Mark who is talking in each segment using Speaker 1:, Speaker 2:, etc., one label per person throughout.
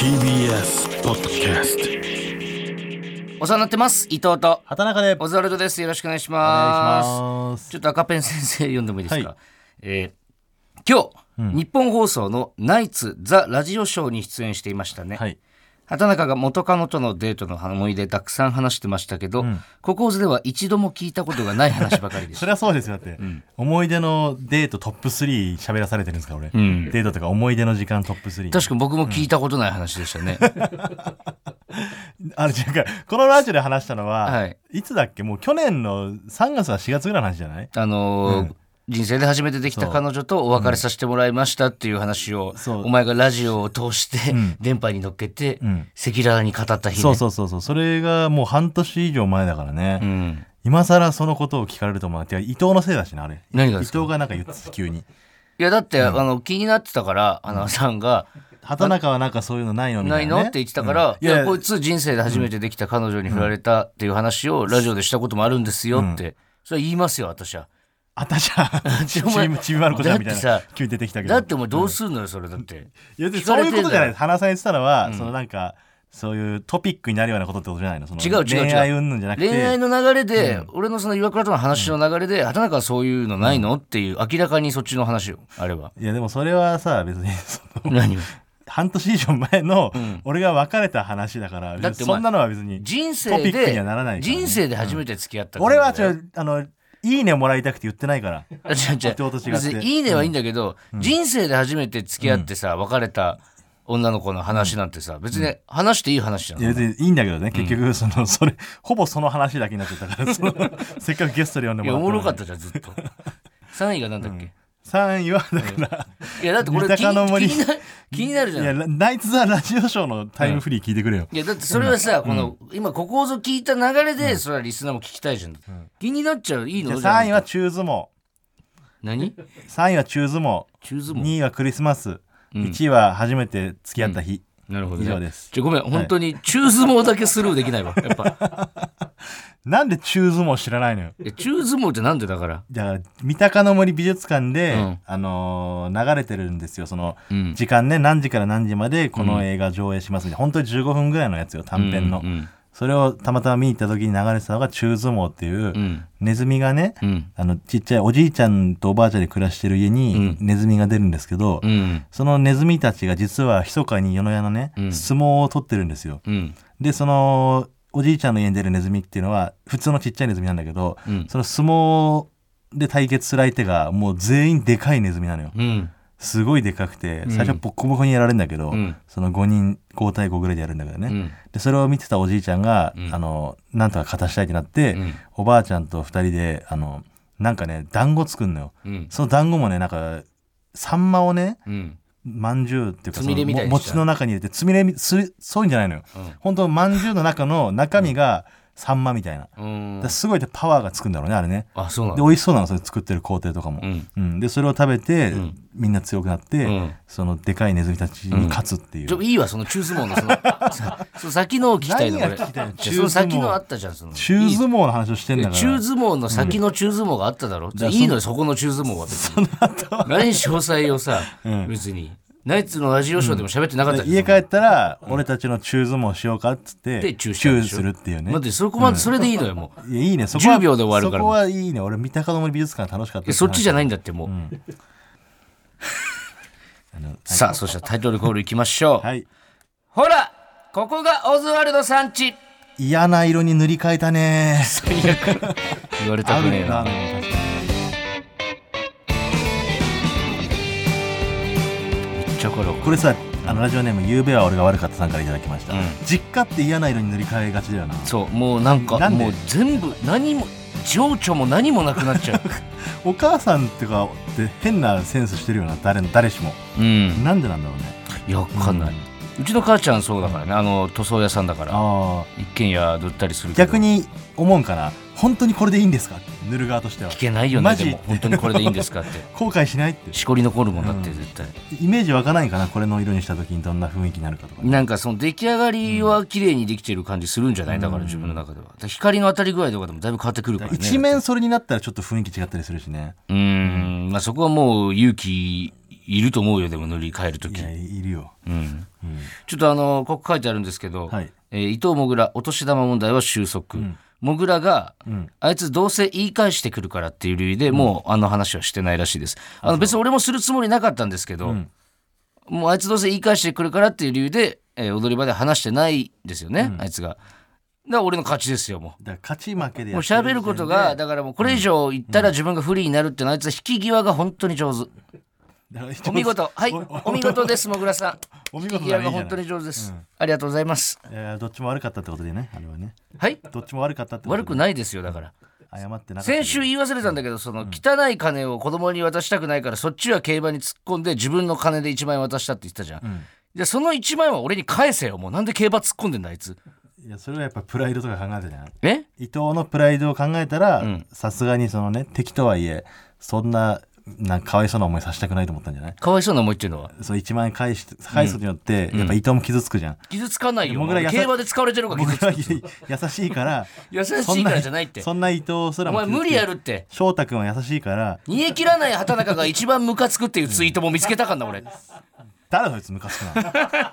Speaker 1: TBS ポッドキャスト
Speaker 2: お世話になってます伊藤と
Speaker 3: 畑中で
Speaker 2: オズワルドですよろしくお願いし
Speaker 3: お
Speaker 2: ます
Speaker 3: 願いします
Speaker 2: ちょっと赤ペン先生読んでもいいですか、
Speaker 3: はい
Speaker 2: えー今日、日本放送のナイツザラジオショーに出演していましたね、
Speaker 3: はい
Speaker 2: 畑中が元カノとのデートの思い出たくさん話してましたけど、ここオズでは一度も聞いたことがない話ばかりで し
Speaker 3: そ
Speaker 2: た
Speaker 3: れはそうですよだって、思い出のデートトップ3喋らされてるんですか俺、
Speaker 2: ん
Speaker 3: デートとか思い出の時間トップ3
Speaker 2: 確か僕も聞いたことない話でしたね、
Speaker 3: あれ違うかこのラジオで話したのは、
Speaker 2: はい
Speaker 3: い、つだっけもう去年の3月は4月ぐらいの話じゃない
Speaker 2: あのー人生で初めてできた
Speaker 3: そう
Speaker 2: 彼女とお別れさせてもらいましたっていう話を、
Speaker 3: そう
Speaker 2: お前がラジオを通して、電波に乗っけて
Speaker 3: ん
Speaker 2: 赤裸々に語った日、ね、
Speaker 3: そうそうそうそうそれがもう半年以上前だからね、
Speaker 2: うん
Speaker 3: 今更そのことを聞かれると思うてか伊藤のせいだしなあれ
Speaker 2: 何がで
Speaker 3: 伊
Speaker 2: すか
Speaker 3: 藤がなんか言ってた急に
Speaker 2: いやだって、あの気になってたからアナウンサーが
Speaker 3: 畑中はなんかそういうのないの
Speaker 2: 「
Speaker 3: み
Speaker 2: な
Speaker 3: た
Speaker 2: い
Speaker 3: い
Speaker 2: の?」
Speaker 3: な、ね、
Speaker 2: って言ってたから、
Speaker 3: うん
Speaker 2: い
Speaker 3: い
Speaker 2: や
Speaker 3: や
Speaker 2: こいつ人生で初めてできた彼女に振られたっていう話をラジオでしたこともあるんですよって、それは言いますよ私は。
Speaker 3: あたじゃ んちびちびまる子ちゃんみたいな
Speaker 2: だってさ
Speaker 3: 急に出てきたけど
Speaker 2: だってお前どうすんのよそれだって。
Speaker 3: いやで
Speaker 2: 聞か
Speaker 3: そう
Speaker 2: れ
Speaker 3: い
Speaker 2: て
Speaker 3: うんこ
Speaker 2: だよ
Speaker 3: とじゃない花さん言ってたのは、そのなんかそういうトピックになるようなことってことじゃないのその
Speaker 2: 違う違う違う
Speaker 3: 恋愛云々じゃなくて
Speaker 2: 恋愛の流れで、俺のその岩倉との話の流れで、畑中はそういうのないのっていう明らかにそっちの話よあれは。
Speaker 3: いやでもそれはさ別にその
Speaker 2: 何
Speaker 3: 半年以上前の俺が別れた話だから、
Speaker 2: だってお前
Speaker 3: そんなのは別に
Speaker 2: 人生
Speaker 3: トピックに
Speaker 2: で
Speaker 3: はならないからね、
Speaker 2: 人生で初めて付き合った彼
Speaker 3: 俺
Speaker 2: 女
Speaker 3: は
Speaker 2: だよ
Speaker 3: 違うあのいいねもらいたくて言ってないから
Speaker 2: あ違う違う
Speaker 3: 弟と違って
Speaker 2: 別にいいねはいいんだけど、人生で初めて付き合ってさ、別れた女の子の話なんてさ、別に話していい話じゃん。
Speaker 3: いや別にいいんだけどね結局その、それほぼその話だけになっちゃったから そのせっかくゲストで呼んで
Speaker 2: い
Speaker 3: もら
Speaker 2: や、
Speaker 3: った
Speaker 2: おもろかっ
Speaker 3: の
Speaker 2: たじゃん、ずっ と。3位がなんだっけ、
Speaker 3: に3位はだから、
Speaker 2: いや、だってこれ気
Speaker 3: 豊かの森
Speaker 2: に気にな気になるじゃん。
Speaker 3: い
Speaker 2: い
Speaker 3: や
Speaker 2: や
Speaker 3: ラナイツ・ザ・ラジオショーのタイムフリー聞いてくれよ、
Speaker 2: だってそれはさ、この今ここぞ聞いた流れで、それはリスナーも聞きたいじゃん、気になっちゃういいの
Speaker 3: じゃあ3位は
Speaker 2: じゃ
Speaker 3: 中相撲
Speaker 2: あ何
Speaker 3: 3位は中相撲
Speaker 2: 中相撲
Speaker 3: 2位はクリスマス、1位は初めて付き合った日、
Speaker 2: なるほど
Speaker 3: 以上です
Speaker 2: じゃあごめん本当に中相撲だけスルーできないわやっ ぱ
Speaker 3: なんで中相撲知らないのよ
Speaker 2: いや中相撲ってなんでだから
Speaker 3: だから三鷹の森美術館で、
Speaker 2: うん
Speaker 3: あのー流れてるんですよその、
Speaker 2: うん
Speaker 3: 時間ね何時から何時までこの映画上映しますみたいな本当に15分ぐらいのやつよ短編の、
Speaker 2: うんうん
Speaker 3: それをたまたま見に行った時に流れてたのが中相撲っていう、
Speaker 2: ん
Speaker 3: ネズミがね、
Speaker 2: うん
Speaker 3: あのちっちゃいおじいちゃんとおばあちゃんで暮らしてる家にネズミが出るんですけど、
Speaker 2: うん
Speaker 3: そのネズミたちが実は密かに世の家のね、相撲を取ってるんですよ。
Speaker 2: うん
Speaker 3: でそのおじいちゃんの家に出るネズミっていうのは普通のちっちゃいネズミなんだけど、
Speaker 2: ん
Speaker 3: その相撲で対決する相手がもう全員でかいネズミなのよ。
Speaker 2: うん
Speaker 3: すごいでかくて最初ボコボコにやられるんだけど、
Speaker 2: ん
Speaker 3: その5人5対5ぐらいでやるんだけどね、
Speaker 2: ん
Speaker 3: でそれを見てたおじいちゃんが、あのなんとか勝たしたいってなって、おばあちゃんと2人であのなんかね団子作るのよ、
Speaker 2: うん
Speaker 3: その団子もねなんかサンマをね
Speaker 2: うん
Speaker 3: まんじゅうっていうか
Speaker 2: つみれみたいに
Speaker 3: そのも
Speaker 2: しちゃ
Speaker 3: 餅
Speaker 2: う
Speaker 3: の中に入れてつみれみすそういうんじゃないのよ、本当まんじゅうの中の中身がサンマみたいな、
Speaker 2: う
Speaker 3: だ
Speaker 2: ん
Speaker 3: からすごいパワーがつくんだろうねあれね
Speaker 2: あそうなん
Speaker 3: で
Speaker 2: だ
Speaker 3: 美味しそうなのそれ作ってる工程とかも、
Speaker 2: うん
Speaker 3: でそれを食べて、みんな強くなって、
Speaker 2: ん
Speaker 3: そのでかいネズミたちに勝つっていう、
Speaker 2: ちょいいわその中相撲のそ のさその先のを聞きたいの
Speaker 3: 何
Speaker 2: 俺
Speaker 3: が聞きたいの
Speaker 2: いやその先のあったじゃんその
Speaker 3: 中
Speaker 2: いい
Speaker 3: 相撲の話をしてんだ
Speaker 2: え
Speaker 3: から
Speaker 2: 中相撲の先の中相撲があっただろ、
Speaker 3: ら
Speaker 2: いいのよそこの中相撲は別に何詳細をさ、別にナイツのラジオショーでも喋ってなかった
Speaker 3: で
Speaker 2: じゃ
Speaker 3: 家
Speaker 2: ん、
Speaker 3: 帰ったら俺たちの中相撲しようかっつって
Speaker 2: で中
Speaker 3: チ
Speaker 2: したん
Speaker 3: ュ
Speaker 2: で
Speaker 3: ー
Speaker 2: しょ
Speaker 3: するっていうね
Speaker 2: 待ってそこまでそれでいいのよもう、
Speaker 3: いやいいねそこは
Speaker 2: 10秒で終わるから
Speaker 3: そこはいいね俺三鷹の森美術館楽しかった
Speaker 2: えそっちじゃ
Speaker 3: ない
Speaker 2: ないんだってもう、 さあそしたらタイトルコールいきましょう、
Speaker 3: はい
Speaker 2: ほらここがオズワルド産地
Speaker 3: 嫌な色に塗り替えたね
Speaker 2: 言われた
Speaker 3: あ
Speaker 2: く
Speaker 3: る
Speaker 2: ねえ
Speaker 3: ね
Speaker 2: な
Speaker 3: ラーメンも確か
Speaker 2: めっちゃ辛
Speaker 3: に
Speaker 2: い
Speaker 3: これさあのラジオネーム「ゆうべは俺が悪かった」さんからいただきました、
Speaker 2: うん
Speaker 3: 実家って嫌な色に塗り替えがちだよな
Speaker 2: そうもうなんか
Speaker 3: なんで
Speaker 2: もう全部何も情緒も何もなくなっちゃ う
Speaker 3: お母さんとかって変なセンスしてるよな誰の誰しも
Speaker 2: うん
Speaker 3: なんでなんだろうね
Speaker 2: いやわかんない、うちの母ちゃんそうだからね、あの塗装屋さんだから
Speaker 3: ああ
Speaker 2: 一軒家塗ったりするけど
Speaker 3: 逆に思うんかな本当にこれでいいんですかって塗る側としては
Speaker 2: 聞けないよ
Speaker 3: マ
Speaker 2: ね
Speaker 3: ジ
Speaker 2: でも本当にこれでいいんですかって
Speaker 3: 後悔しないって
Speaker 2: しこり残るもんだって絶対、
Speaker 3: イメージ湧かないんかなこれの色にした時にどんな雰囲気になるかとか、
Speaker 2: なんかその出来上がりは綺麗にできてる感じするんじゃないだから自分の中ではだから光の当たり具合とかでもだいぶ変わってくるからね
Speaker 3: 一面それになったらちょっと雰囲気違ったりするしね
Speaker 2: うーんまあそこはもう勇気いると思うよでも塗り替える時
Speaker 3: いやいるよ
Speaker 2: うんちょっとあのここ書いてあるんですけど、
Speaker 3: はい
Speaker 2: えー伊藤もぐらお年玉問題は収束、もぐらが、あいつどうせ言い返してくるからっていう理由でもうあの話はしてないらしいですあの別に俺もするつもりなかったんですけど、もうあいつどうせ言い返してくるからっていう理由で、えー踊り場で話してないんですよね、あいつがだから俺の勝ちですよもう
Speaker 3: だから勝ち負けでや
Speaker 2: もう
Speaker 3: ってる
Speaker 2: 喋ることが、だからもうこれ以上言ったら自分が不利になるっていうのはあいつは引き際が本当に上手。
Speaker 3: だから一応
Speaker 2: お見事。はい。お見事です、もぐらさん。
Speaker 3: お見事
Speaker 2: 引
Speaker 3: だね
Speaker 2: き際が本当に上手です。ありがとうございます。
Speaker 3: いやどっちも悪かったってことでねあれはね
Speaker 2: はい。
Speaker 3: どっちも悪かったってことで
Speaker 2: 悪くないですよ、だから。
Speaker 3: 謝ってなかったけど
Speaker 2: 先週言い忘れたんだけど、その汚い金を子供に渡したくないから、そっちは競馬に突っ込んで自分の金で1万円渡したって言ってたじゃん。で、その1万円は俺に返せよ。もうなんで競馬突っ込んでんだ、あいつ。
Speaker 3: いやそれはやっぱプライドとか考えてない
Speaker 2: え
Speaker 3: 伊藤のプライドを考えたらさすがにそのね敵とはいえそんななんかかわいそうな思いさせたくないと思ったんじゃない
Speaker 2: かわいそうな思いっていうのは。
Speaker 3: そう1万円返し返すことによって、やっぱ伊藤も傷つくじゃん、
Speaker 2: 傷つかないよ。
Speaker 3: もぐら優し
Speaker 2: 競馬で使われてるから
Speaker 3: 僕
Speaker 2: 傷つく
Speaker 3: ら優しい から
Speaker 2: 優し
Speaker 3: そん
Speaker 2: いからじゃないって。
Speaker 3: そんな伊藤すら
Speaker 2: お
Speaker 3: も
Speaker 2: 前無理やるって。
Speaker 3: 翔太君は優しいから
Speaker 2: 煮え切らない畑中が一番ムカつくっていうツイートも見つけたかんな俺
Speaker 3: 誰そいつムカつくなの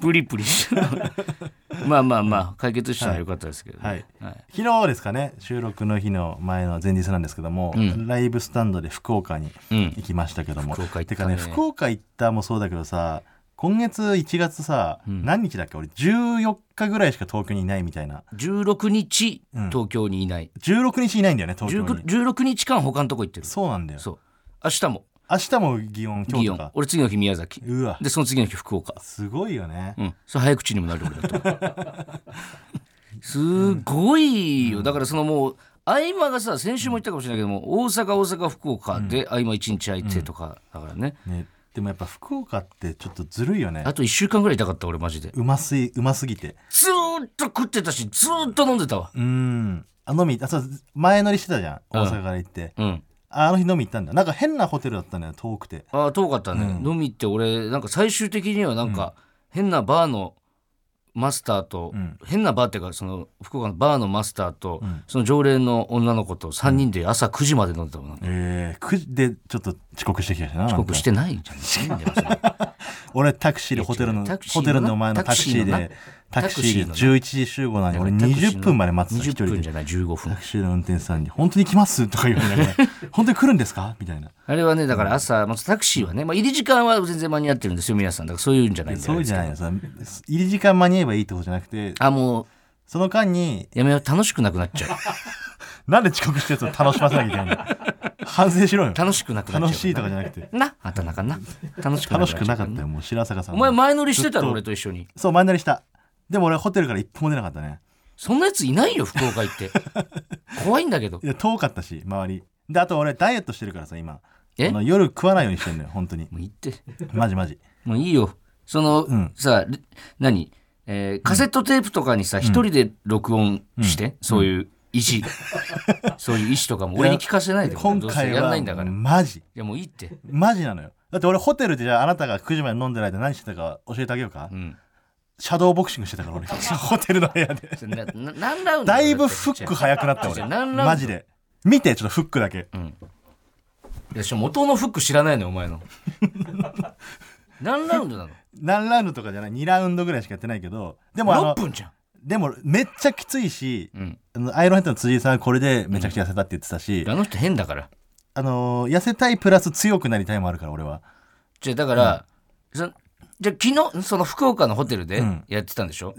Speaker 2: プリプリして まあまあまあ解決したのは良かったですけど、ね
Speaker 3: はい昨日ですかね収録の日の前の前日なんですけども、ライブスタンドで福岡に行きましたけども、
Speaker 2: 福岡行った
Speaker 3: て
Speaker 2: ね
Speaker 3: かね福岡行ったもそうだけどさ今月1月さ、何日だっけ俺14日ぐらいしか東京にいないみたいな
Speaker 2: 16日東京にいない、
Speaker 3: 16日いないんだよね東京に
Speaker 2: 16 16日間他のとこ行ってる
Speaker 3: そうなんだよ
Speaker 2: そう明日も
Speaker 3: 明日も祇園今日
Speaker 2: 祇
Speaker 3: と
Speaker 2: 園
Speaker 3: か
Speaker 2: 俺次の日宮崎
Speaker 3: うわ
Speaker 2: でその次の日福岡
Speaker 3: すごいよね、
Speaker 2: うんそれ早口にもなる俺だと すごいよだからそのもう合間がさ先週も言ったかもしれないけども、大阪大阪福岡で合間一日空いてとかだからね、
Speaker 3: ねでもやっぱ福岡ってちょっとずるいよね
Speaker 2: あと1週間ぐらい痛かった俺マジで
Speaker 3: うますいうますぎて
Speaker 2: ずーっと食ってたしずーっと飲んでたわ
Speaker 3: うんあ飲みあそう前乗りしてたじゃん大阪から行って、
Speaker 2: うん
Speaker 3: ああの日飲み行ったんだなんか変なホテルだったんだよ遠くて
Speaker 2: ああ遠かったね、飲み行って俺なんか最終的にはなんか変なバーのマスターと、変なバーっていうかその福岡のバーのマスターと、その常連の女の子と3人で朝9時まで飲んでたもんな、
Speaker 3: ええ9時でちょっと遅刻してきたしな
Speaker 2: 遅刻してないじゃんいいんだよそれ
Speaker 3: 俺タクシーでホテルの
Speaker 2: いや違うタクシー
Speaker 3: ホ
Speaker 2: の
Speaker 3: テルの前のタクシー
Speaker 2: タクシーの
Speaker 3: で
Speaker 2: な
Speaker 3: タクシーで
Speaker 2: タクシーの
Speaker 3: 11時集合なんで俺
Speaker 2: タクシーの
Speaker 3: 20分まで待ってた一
Speaker 2: 20
Speaker 3: 人
Speaker 2: 分
Speaker 3: で
Speaker 2: じゃない15分
Speaker 3: タクシーの運転手さんに「本当に来ます?」とか言わ れながら「本当に来るんですか?」みたいな
Speaker 2: あれはねだから朝、まあ、タクシーはね、まあ、入り時間は全然間に合ってるんですよ皆さんだからそういうんじゃないんだよ
Speaker 3: そうじゃないのさ入り時間間に合えばいいってことじゃなくて
Speaker 2: あもう
Speaker 3: その間に
Speaker 2: やめよう楽しくなくなっちゃう
Speaker 3: なんで遅刻してるやつを楽しませなきゃいけないんだよ反省しろよ
Speaker 2: 楽しくなくなっちゃう
Speaker 3: 楽しいとかじゃなくて
Speaker 2: なあたなかな楽しく
Speaker 3: 楽しくなか
Speaker 2: っ
Speaker 3: ったたよもう白坂さん
Speaker 2: お前前乗りしてた
Speaker 3: ずっ
Speaker 2: ろ
Speaker 3: と
Speaker 2: 俺と一緒に
Speaker 3: そう前乗りしたでも俺ホテルから一歩も出なかったね
Speaker 2: そんなやついないよ福岡行って 怖いんだけど
Speaker 3: いや遠かったし周りであと俺ダイエットしてるからさ今
Speaker 2: え
Speaker 3: あの
Speaker 2: も
Speaker 3: 夜食わないようにしてんのよ本当に
Speaker 2: う行って
Speaker 3: マジマ ジ
Speaker 2: もういいよその、
Speaker 3: ん
Speaker 2: され何、えーカセットテープとかにさ一、人で録音して、そういう意 思そういう意思とかも俺に聞かせないで
Speaker 3: 今
Speaker 2: どうせ
Speaker 3: 回
Speaker 2: やん
Speaker 3: は
Speaker 2: ないんだからい
Speaker 3: マジ
Speaker 2: やもういいって
Speaker 3: マジなのよだって俺ホテルでじゃああなたが9時まで飲んでる間何してたか教えてあげようか、
Speaker 2: ん
Speaker 3: シャドーボクシングしてたから俺 ホテルの部屋で
Speaker 2: なな何ラウンド
Speaker 3: だいぶフック
Speaker 2: い
Speaker 3: 早くなった
Speaker 2: ちょ
Speaker 3: 俺
Speaker 2: ちょ何ラウンド
Speaker 3: マジで見てちょっとフックだけ、
Speaker 2: やしかも元のフック知らないのよお 前の何ラウンドなの
Speaker 3: 何ラウンドとかじゃない2ラウンドぐらいしかやってないけどでもあの
Speaker 2: 6分じゃん
Speaker 3: でもめっちゃきついし、
Speaker 2: ん
Speaker 3: あのアイロンヘッドの辻井さんはこれでめちゃくちゃ痩せたって言ってたし、
Speaker 2: あの人変だから
Speaker 3: あのー痩せたいプラス強くなりたいもあるから俺は
Speaker 2: じゃあだから、そじゃあ昨日その福岡のホテルでやってたんでしょ、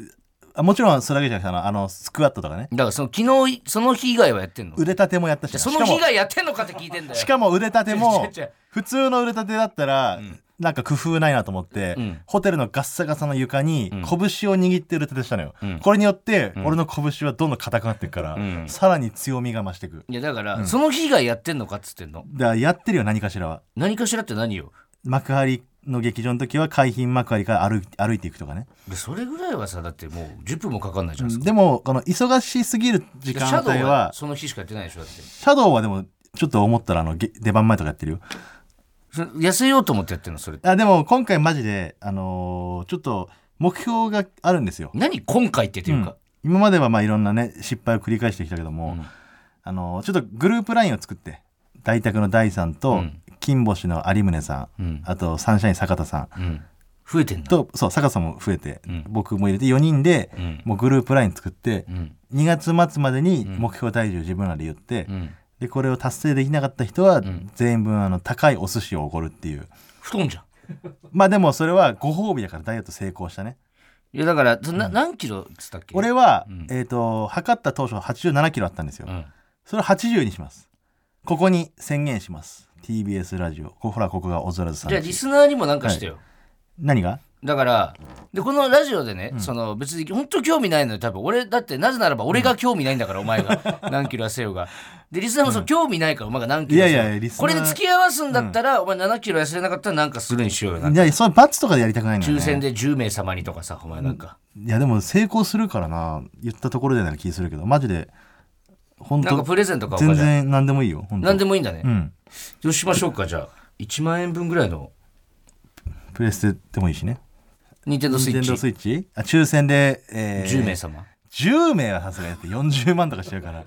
Speaker 3: あもちろんそれだけじゃなくてあのあのスクワットとかね
Speaker 2: だからその昨日その日以外はやってんのじゃ
Speaker 3: 腕立てもやったし
Speaker 2: あ
Speaker 3: な
Speaker 2: そ
Speaker 3: し
Speaker 2: の
Speaker 3: かも
Speaker 2: 日以外やってんのかって聞いてんだよ
Speaker 3: しかも腕立ても
Speaker 2: 違う違う違う
Speaker 3: 普通の腕立てだったらなんか工夫ないなと思って、ホテルのガッサガサの床に拳を握って腕立てしたのよ、これによって俺の拳はどんどん硬くなっていくから、さらに強みが増していく
Speaker 2: いやだから、その日以外やってんのかっつってんの
Speaker 3: だからやってるよ何かしらは
Speaker 2: 何かしらって何よ
Speaker 3: 幕張の劇場の時は海浜幕張から歩い歩いていくとかね
Speaker 2: でそれぐらいはさだってもう10分もかかんないじゃないですか
Speaker 3: でもこの忙しすぎる時
Speaker 2: シャ
Speaker 3: 間
Speaker 2: ドウ
Speaker 3: 帯
Speaker 2: は
Speaker 3: は
Speaker 2: その日しかやってないでしょだって
Speaker 3: シャドウはでもちょっと思ったらあのげ出番前とかやってるよ
Speaker 2: それ痩せようと思ってやってるのそれ
Speaker 3: あでも今回マジであのーちょっと目標があるんですよ
Speaker 2: 何今回ってというか、
Speaker 3: 今まではまあいろんなね失敗を繰り返してきたけども、あのちょっとグループラインを作って大宅の大さんと、金星の有宗さん、あとサンシャイン坂田さん
Speaker 2: 増えてんだ
Speaker 3: とそう坂田さんも増えて、僕も入れて4人で、もうグループライン作って、2月末までに目標体重自分らで言って、でこれを達成できなかった人は、全員分あの高いお寿司をおごるっていう
Speaker 2: 太んじゃん
Speaker 3: まあでもそれはご褒美だからダイエット成功したね
Speaker 2: いやだからそな何キロっつったっけ
Speaker 3: 俺は、えっ、と測った当初8 7キロあったんですよ、
Speaker 2: ん
Speaker 3: それを80にしますここに宣言します TBS ラジオこほらここがオズラズさん
Speaker 2: じゃあ
Speaker 3: ち
Speaker 2: リスナーにもなんかしてよ、
Speaker 3: 何が
Speaker 2: だからでこのラジオでね、その別に本当興味ないのよ多分俺だってなぜならば俺が興味ないん だから、お前が何キロ痩せようがでリスナーもそう興味ないからお前が何キロ痩せよう
Speaker 3: いやいやリスナー
Speaker 2: これで付き合わすんだったら、お前7キロ痩せれなかったらなんかするにしようよなん
Speaker 3: い
Speaker 2: か
Speaker 3: やそれ罰とかでやりたくないのよ、ね、
Speaker 2: 抽選で10名様にとかさお前なんか、
Speaker 3: いやでも成功するからな言ったところでなら気するけどマジで本
Speaker 2: なんか
Speaker 3: 当
Speaker 2: プレゼントかお
Speaker 3: 全
Speaker 2: 前じゃん
Speaker 3: 然何でもいいよ本当
Speaker 2: 何でもいいんだね、
Speaker 3: うん
Speaker 2: どうしましょうかじゃあ1万円分ぐらいの
Speaker 3: プレステでもいいしね
Speaker 2: 任天堂スイッ
Speaker 3: 電動
Speaker 2: チ
Speaker 3: スイッチあ抽選で、えー
Speaker 2: 10名様
Speaker 3: 10名はさすがにやって40万とかしちゃうから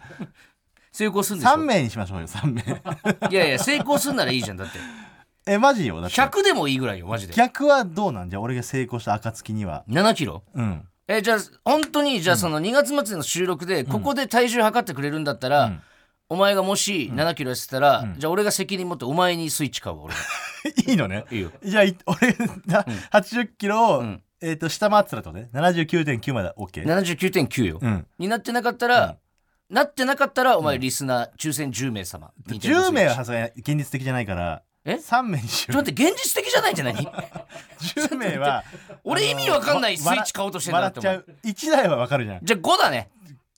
Speaker 2: 成功するんでし
Speaker 3: 3
Speaker 2: ょ
Speaker 3: 名にしましょうよ3名
Speaker 2: いやいや成功するならいいじゃんだって
Speaker 3: えマジよだって
Speaker 2: 100でもいいぐらいよマジで
Speaker 3: 逆はどうなんじゃあ俺が成功した暁には
Speaker 2: 7キロ
Speaker 3: うん
Speaker 2: えじゃあ本当にじゃあその2月末の収録でここで体重測ってくれるんだったら、お前がもし7キロ痩せてたら、じゃあ俺が責任持ってお前にスイッチ買うわ俺が
Speaker 3: いいのね
Speaker 2: い いよ
Speaker 3: じゃあい俺な80キロを、えー、と下回ってたらってことね79.9まで OK
Speaker 2: 79.9よ、
Speaker 3: うん
Speaker 2: になってなかったら、なってなかったらお前リスナー、抽選10名様
Speaker 3: 10名は
Speaker 2: ちょ
Speaker 3: さ
Speaker 2: っ
Speaker 3: すがに現実的じゃないから
Speaker 2: え
Speaker 3: 3名にし
Speaker 2: と
Speaker 3: よう
Speaker 2: 待って現実的じゃないんじゃない
Speaker 3: 10名は
Speaker 2: 俺意味わかんないスイッチ買おうとしてんだな
Speaker 3: 笑ってちゃ
Speaker 2: っ思う
Speaker 3: う1台はわかるじゃん
Speaker 2: じゃあ5だね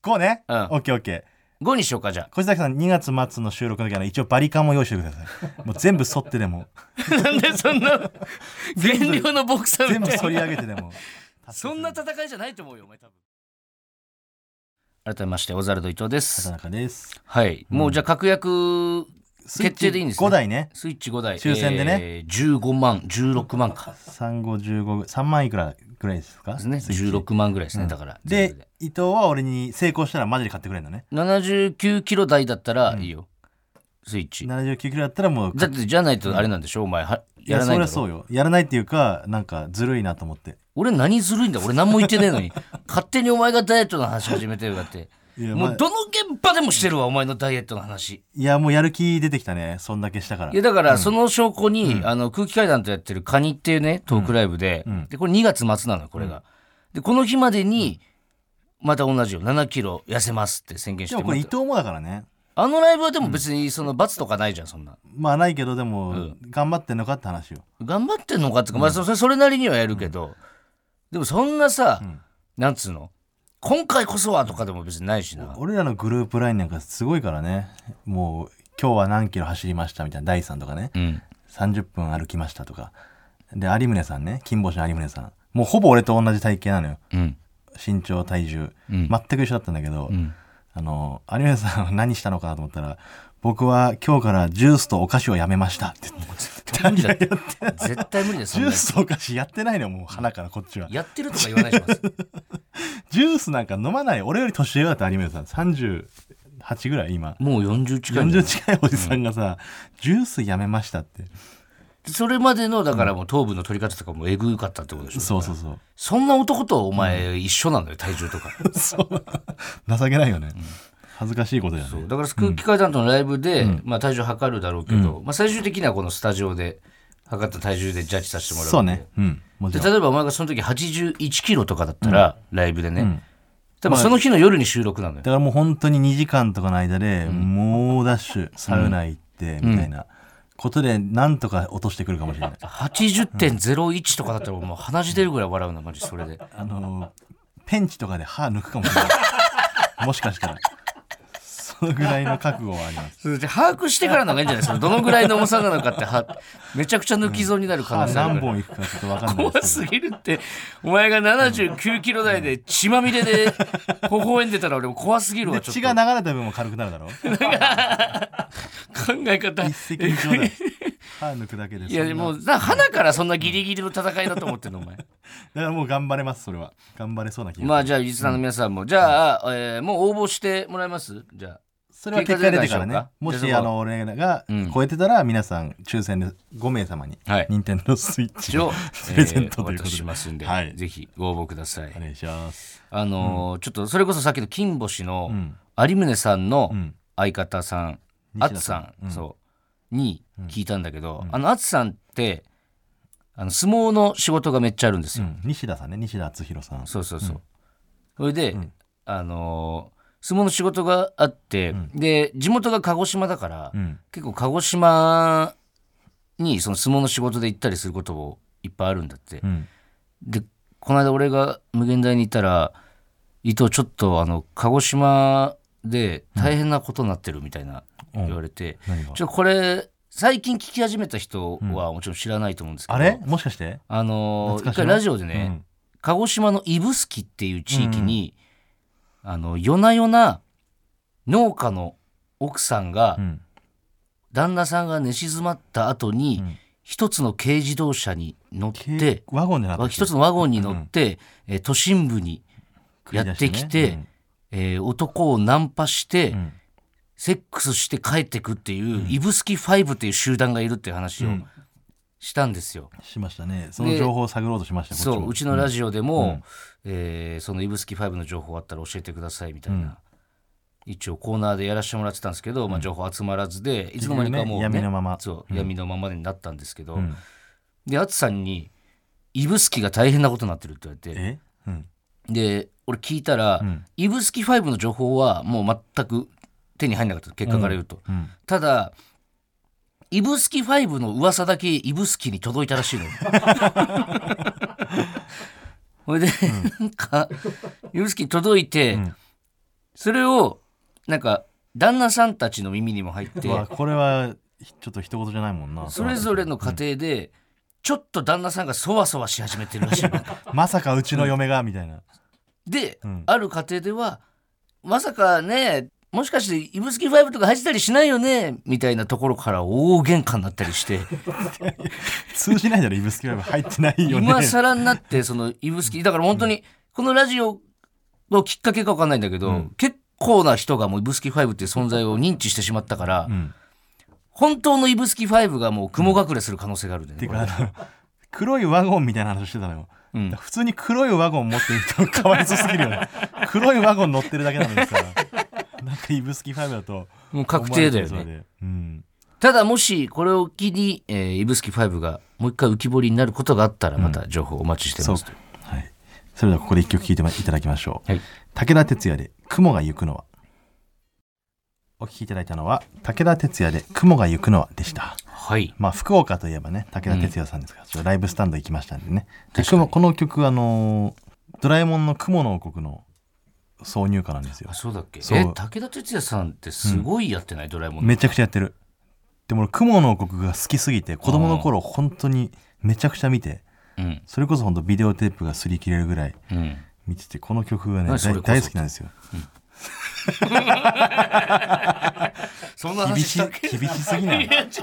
Speaker 3: 5ね
Speaker 2: うん
Speaker 3: OKOK
Speaker 2: 5にしようかじゃあ
Speaker 3: 小崎さん2月末の収録の時はね一応バリカンも用意してくださ いもう全部剃ってでも
Speaker 2: なんでそんな 減量のボクサー
Speaker 3: 全
Speaker 2: み
Speaker 3: 部
Speaker 2: たい
Speaker 3: 剃り
Speaker 2: な
Speaker 3: 上げてでも
Speaker 2: そんな戦いじゃないと思うよお前多分改めましてオザルド伊藤で
Speaker 3: 田
Speaker 2: す
Speaker 3: 中です
Speaker 2: はい、もうじゃあ確約決定でいいんですね
Speaker 3: 5台ね
Speaker 2: スイッチ5台
Speaker 3: 抽選でね、
Speaker 2: えー、15万16万か
Speaker 3: 3515万いくらぐらいですか
Speaker 2: です ね16万ぐらいですね、だから全部
Speaker 3: で伊藤は俺に成功したらマジで買ってくれるのね
Speaker 2: 79キロ台だったらいいよ、スイッチだ
Speaker 3: 79キロだったらもう
Speaker 2: ってじゃないとあれなんでしょお前はやらな
Speaker 3: そり
Speaker 2: いんだ
Speaker 3: ゃ
Speaker 2: ろ
Speaker 3: そうよやらないっていうかなんかずるいなと思って
Speaker 2: 俺何ずるいんだ俺何も言ってねえ のに勝手にお前がダイエットの話始めてるだって
Speaker 3: いや,、
Speaker 2: もうどの現場でもしてるわお前のダイエットの話
Speaker 3: いやもうやる気出てきたねそんだけしたから
Speaker 2: いやだからその証拠に、あの空気階段とやってる「カニ」っていうねトークライブで,、でこれ2月末なのよこれが、でこの日までにまた同じよ7キロ痩せますって宣言し
Speaker 3: で
Speaker 2: て
Speaker 3: もこれ伊
Speaker 2: また
Speaker 3: 藤もだからね
Speaker 2: あのライブはでも別にその罰とかないじゃんそんな
Speaker 3: まあないけどでも頑張ってんのかって話よ
Speaker 2: 頑張ってんのかっていうか、まあ、それそれなりにはやるけど、でもそんなさ、なんつうの今回こそはとかでも別にないしな
Speaker 3: 俺らのグループラインなんかすごいからねもう今日は何キロ走りましたみたいな第3とかね、
Speaker 2: ん
Speaker 3: 30分歩きましたとかで有宗さんね金星の有宗さんもうほぼ俺と同じ体型なのよ
Speaker 2: うん
Speaker 3: 身長体重、全く一緒だったんだけど、あの有吉さんは何したのかなと思ったら僕は今日からジュースとお菓子をやめましたって言って
Speaker 2: 無理だって絶対無理だよそ
Speaker 3: ジュ
Speaker 2: ん
Speaker 3: ー
Speaker 2: なやつ
Speaker 3: スとお菓子やってないのよもう鼻からこっちは
Speaker 2: やってるとか言わないします
Speaker 3: ジュースなんか飲まない俺より年上だった有吉さん38ぐらい今
Speaker 2: もう40近いんだ
Speaker 3: 40
Speaker 2: よ
Speaker 3: 近いおじさんがさ、ジュースやめましたって
Speaker 2: それまでのだからもう頭部の取り方とかもえぐかったってことでしょ
Speaker 3: そうそうそう
Speaker 2: そんな男とお前一緒なんだよ体重とか
Speaker 3: そう情けないよね、恥ずかしいことだよね
Speaker 2: だから空気階段とのライブで、まあ、体重測るだろうけど、まあ、最終的にはこのスタジオで測った体重でジャッジさせてもらう
Speaker 3: そうねうんもち
Speaker 2: で
Speaker 3: ろん
Speaker 2: 例えばお前がその時8 1キロとかだったら、ライブでね、多分その日の夜に収録なの
Speaker 3: だ
Speaker 2: よ、
Speaker 3: からもう本当に2時間とかの間で、猛ダッシュサウナ行ってみたいなことでなんとか落としてくるかもしれない、
Speaker 2: 80.01とかだったらもう鼻血出るぐらい笑うなマジそれで
Speaker 3: あ のーペンチとかで歯抜くかもしれないもしかしたらそのぐらいの覚悟はあります。
Speaker 2: それじゃあ把握してからの方がいいんじゃないですかどのぐらいの重さなのかってはめちゃくちゃ抜き損になる可能性あ
Speaker 3: 何
Speaker 2: るから
Speaker 3: 本いくかちょっとわかんない
Speaker 2: 怖
Speaker 3: です
Speaker 2: す
Speaker 3: けど。
Speaker 2: ぎるってお前が79キロ台で血まみれで微笑んでたら俺も怖すぎるわ
Speaker 3: で
Speaker 2: ちょっ
Speaker 3: 血
Speaker 2: と
Speaker 3: が
Speaker 2: 考
Speaker 3: 流れた分も軽くなるだろう。
Speaker 2: え方
Speaker 3: 一石二鳥だよ。 歯抜くだけで
Speaker 2: いやも
Speaker 3: そん
Speaker 2: う
Speaker 3: な
Speaker 2: な花からそんなギリギリの戦いだと思ってるのお前
Speaker 3: だからもう頑張れますそれは。頑張れそうな気が。
Speaker 2: まあじゃあリスナーの皆さんもじゃあ、えーもう応募してもらいますじゃあ
Speaker 3: それは結果出てから
Speaker 2: 結果出てからでしょう
Speaker 3: ね
Speaker 2: か。
Speaker 3: も
Speaker 2: じ
Speaker 3: し
Speaker 2: ゃあ
Speaker 3: あの俺らが
Speaker 2: うん
Speaker 3: 超えてたら皆さん抽選で5名様に
Speaker 2: はい
Speaker 3: 任天堂スイッ
Speaker 2: 一
Speaker 3: チ
Speaker 2: 応
Speaker 3: を プレゼントという
Speaker 2: え
Speaker 3: こ
Speaker 2: ーお渡
Speaker 3: と
Speaker 2: し
Speaker 3: で
Speaker 2: しますんで、
Speaker 3: はい
Speaker 2: ぜひご応募ください
Speaker 3: お願いします。
Speaker 2: あのーちょっとそれこそさっきの金星の
Speaker 3: ん
Speaker 2: 有宗さんの
Speaker 3: ん
Speaker 2: 相方さん、
Speaker 3: 西
Speaker 2: ア
Speaker 3: 田
Speaker 2: ツ
Speaker 3: さん
Speaker 2: さん、そうに聞いたんだけど、あのアツさんってあの相撲の仕事がめっちゃあるんです
Speaker 3: う
Speaker 2: よ。
Speaker 3: ん西田さんね西田敦弘さん。
Speaker 2: そうそうそう。それで、あのー相撲の仕事があって、で地元が鹿児島だから、
Speaker 3: ん
Speaker 2: 結構鹿児島にその相撲の仕事で行ったりすることもいっぱいあるんだって。
Speaker 3: ん
Speaker 2: でこの間俺が無限大にいたら伊藤ちょっとあの鹿児島で大変なことになってるみたいな言われて、
Speaker 3: 何が
Speaker 2: ちょこれ最近聞き始めた人はもちろん知らないと思うんですけど、
Speaker 3: あれもしかして
Speaker 2: あのー
Speaker 3: 懐
Speaker 2: 一
Speaker 3: かしいな
Speaker 2: 回ラジオで
Speaker 3: う
Speaker 2: ね、
Speaker 3: ん
Speaker 2: 鹿児島の指宿っていう地域に、あの夜な夜な農家の奥さんが、
Speaker 3: ん
Speaker 2: 旦那さんが寝静まった後に、一つの軽自動車に乗って
Speaker 3: ワゴンじゃなかった
Speaker 2: 一つのワゴンに乗って、えー都心部にやってきて、
Speaker 3: 繰り出してね
Speaker 2: えー男をナンパして、
Speaker 3: ん
Speaker 2: セックスして帰ってくっていう、指宿5っていう集団がいるっていう話をしたんですよ。
Speaker 3: しましたね。その情報を探ろうとしました。こっち
Speaker 2: そ
Speaker 3: も
Speaker 2: ううちのラジオでも、えーその指宿5の情報あったら教えてくださいみたいな、一応コーナーでやらせてもらってたんですけど、まあ、情報集まらずでいつの間にかもう、ね
Speaker 3: 結局ね闇のまま
Speaker 2: そう闇のままになったんですけど、で淳さんに「指宿が大変なことになってる」って言われて。
Speaker 3: えうん
Speaker 2: で俺聞いたら「指宿5」の情報はもう全く手に入んなかった結果から言うと、ただ「指宿5」の噂だけ指宿に届いたらしいのよ それで、なんか指宿に届いて、それをなんか旦那さんたちの耳にも入って
Speaker 3: うわこれはちょっと一言じゃないもんな。
Speaker 2: それぞれの家庭で、ちょっと旦那さんがそわそわし始めてるらしい の
Speaker 3: まさかうちの嫁がみたいな。
Speaker 2: で、
Speaker 3: ん
Speaker 2: ある家庭ではまさかねもしかして「イブスキファイブとか入ってたりしないよねみたいなところから大喧嘩になったりして
Speaker 3: 通じないだろイブスキュー入ってないよね。
Speaker 2: 今更になってそのイブスキだから本当にこのラジオのきっかけか分かんないんだけど、結構な人がもうイブスキファイブっていう存在を認知してしまったから、本当のイブスキファイブがもう雲隠れする可能性があるんだよ
Speaker 3: て
Speaker 2: ね。
Speaker 3: かあの黒いワゴンみたいな話してたのよ、普通に黒いワゴン持ってる人かわいそうすぎるよ ね黒いワゴン乗ってるだけなのにさなんかイブスキファイブだと
Speaker 2: もう確定だよね
Speaker 3: 思われてそうでうん
Speaker 2: ただもしこれを機に、えー、イブスキファイブがもう一回浮き彫りになることがあったらまた情報お待ちして
Speaker 3: そう
Speaker 2: ますと、
Speaker 3: はいそれではここで一曲聴いていただきましょう、
Speaker 2: はい
Speaker 3: 武田鉄矢で「雲が行くのは」お聴きいただいたのは「武田鉄矢で雲が行くのは」でした
Speaker 2: はい
Speaker 3: まあ、福岡といえばね武田鉄矢さんですから、ちょっとライブスタンド行きましたんでねで
Speaker 2: 確かに
Speaker 3: 雲この曲あのードラえもんの「雲の王国」の挿入歌なんですよ
Speaker 2: あそうだっけ
Speaker 3: そう
Speaker 2: え武田鉄矢さんってすごいやってない、ドラえもんの
Speaker 3: めちゃくちゃやってるでも俺「雲の王国」が好きすぎて子供の頃本当にめちゃくちゃ見て
Speaker 2: うん
Speaker 3: それこそ本当ビデオテープが擦り切れるぐらい
Speaker 2: うん
Speaker 3: 見ててこの曲がね
Speaker 2: 何そ
Speaker 3: 大
Speaker 2: れこそ
Speaker 3: 大好きなんですよ
Speaker 2: そんな
Speaker 3: 厳
Speaker 2: 話し
Speaker 3: し
Speaker 2: たっけ
Speaker 3: 厳しすぎない使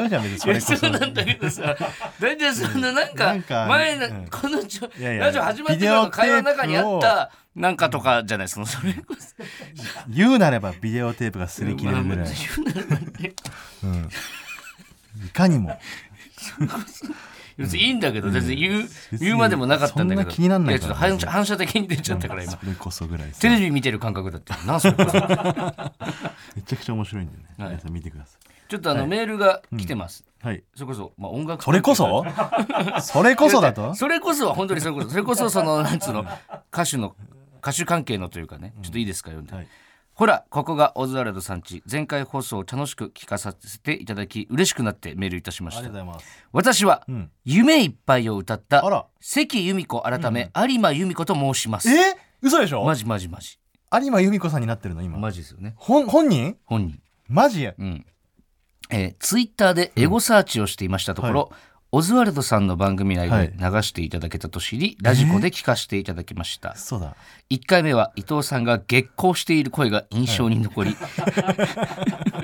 Speaker 3: うじゃん別にそれ
Speaker 2: いや
Speaker 3: こ
Speaker 2: そ
Speaker 3: そう
Speaker 2: なんだけどさ大体そのなん
Speaker 3: なん
Speaker 2: か
Speaker 3: か
Speaker 2: 前
Speaker 3: う
Speaker 2: の
Speaker 3: ん
Speaker 2: このちょ
Speaker 3: いやいや
Speaker 2: ラジオ始まってからの会話の中にあっ
Speaker 3: ビデオテ
Speaker 2: たなんかとかじゃないそのそれこそ
Speaker 3: 言うなればビデオテープが擦り切れるぐらい、うん、いかにも
Speaker 2: 別にいいんだけど別に言う,、言うまでもなかったんだけど
Speaker 3: そんな気になんない
Speaker 2: やちょっと反射反射的に出ちゃったから今
Speaker 3: それこそぐらいさ
Speaker 2: テレビ見てる感覚だってなんそれこそ
Speaker 3: めちゃくちゃ面白いんでね、
Speaker 2: はい
Speaker 3: 皆さん見てくださ
Speaker 2: ちょっとあのメールが来てます、
Speaker 3: いはい
Speaker 2: それこそ、まあ、音楽
Speaker 3: それこそ それこそだと
Speaker 2: それこそは本当にそれこそそれこそそのなんつうの 歌手の歌手関係のというかねちょっといいですか読んで、
Speaker 3: はい
Speaker 2: ほらここがオズワルドさんち前回放送を楽しく聞かさせていただき嬉しくなってメールいたしま
Speaker 3: ありが
Speaker 2: し
Speaker 3: とう
Speaker 2: た
Speaker 3: ございます
Speaker 2: 私は、
Speaker 3: ん
Speaker 2: 夢いっぱいを歌っ
Speaker 3: あ
Speaker 2: た
Speaker 3: ら
Speaker 2: 関由美子改め、有馬由美子と申します
Speaker 3: え嘘でしょ
Speaker 2: マジマジマジ
Speaker 3: 有馬由美子さんになってるの今
Speaker 2: マジですよね
Speaker 3: 本本人
Speaker 2: 本人
Speaker 3: マジ、
Speaker 2: えー、ツイッターでエゴサーチをしていましたところ、オズワルドさんの番組内で流していただけたと知り、ラジコで聞かせていただきました、
Speaker 3: そうだ
Speaker 2: 1回目は伊藤さんが激高している声が印象に残り、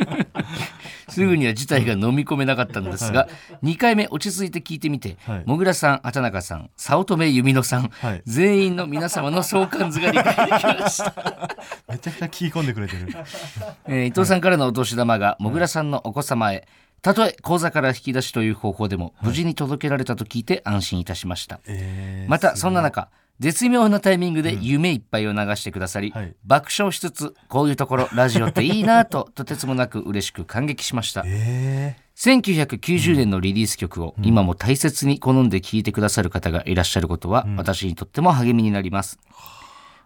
Speaker 2: すぐには事態が飲み込めなかったのですが、2回目落ち着いて聞いてみて、
Speaker 3: はい
Speaker 2: もぐらさん畑中さん早乙女由美乃さん、
Speaker 3: はい
Speaker 2: 全員の皆様の相関図が理解 できました
Speaker 3: めちゃくちゃ聞き込んでくれてる
Speaker 2: えー伊藤さんからのお年玉がもぐらさんのお子様へたとえ口座から引き出しという方法でも無事に届けられたと聞いて安心いたしました、
Speaker 3: え
Speaker 2: またそんな中絶妙なタイミングで夢いっぱいを流してくださり、
Speaker 3: はい
Speaker 2: 爆笑しつつこういうところラジオっていいなぁととてつもなく嬉しく感激し ました
Speaker 3: ー、え
Speaker 2: 1990年のリリース曲を今も大切に好んで聴いてくださる方がいらっしゃることは私にとっても励みになります。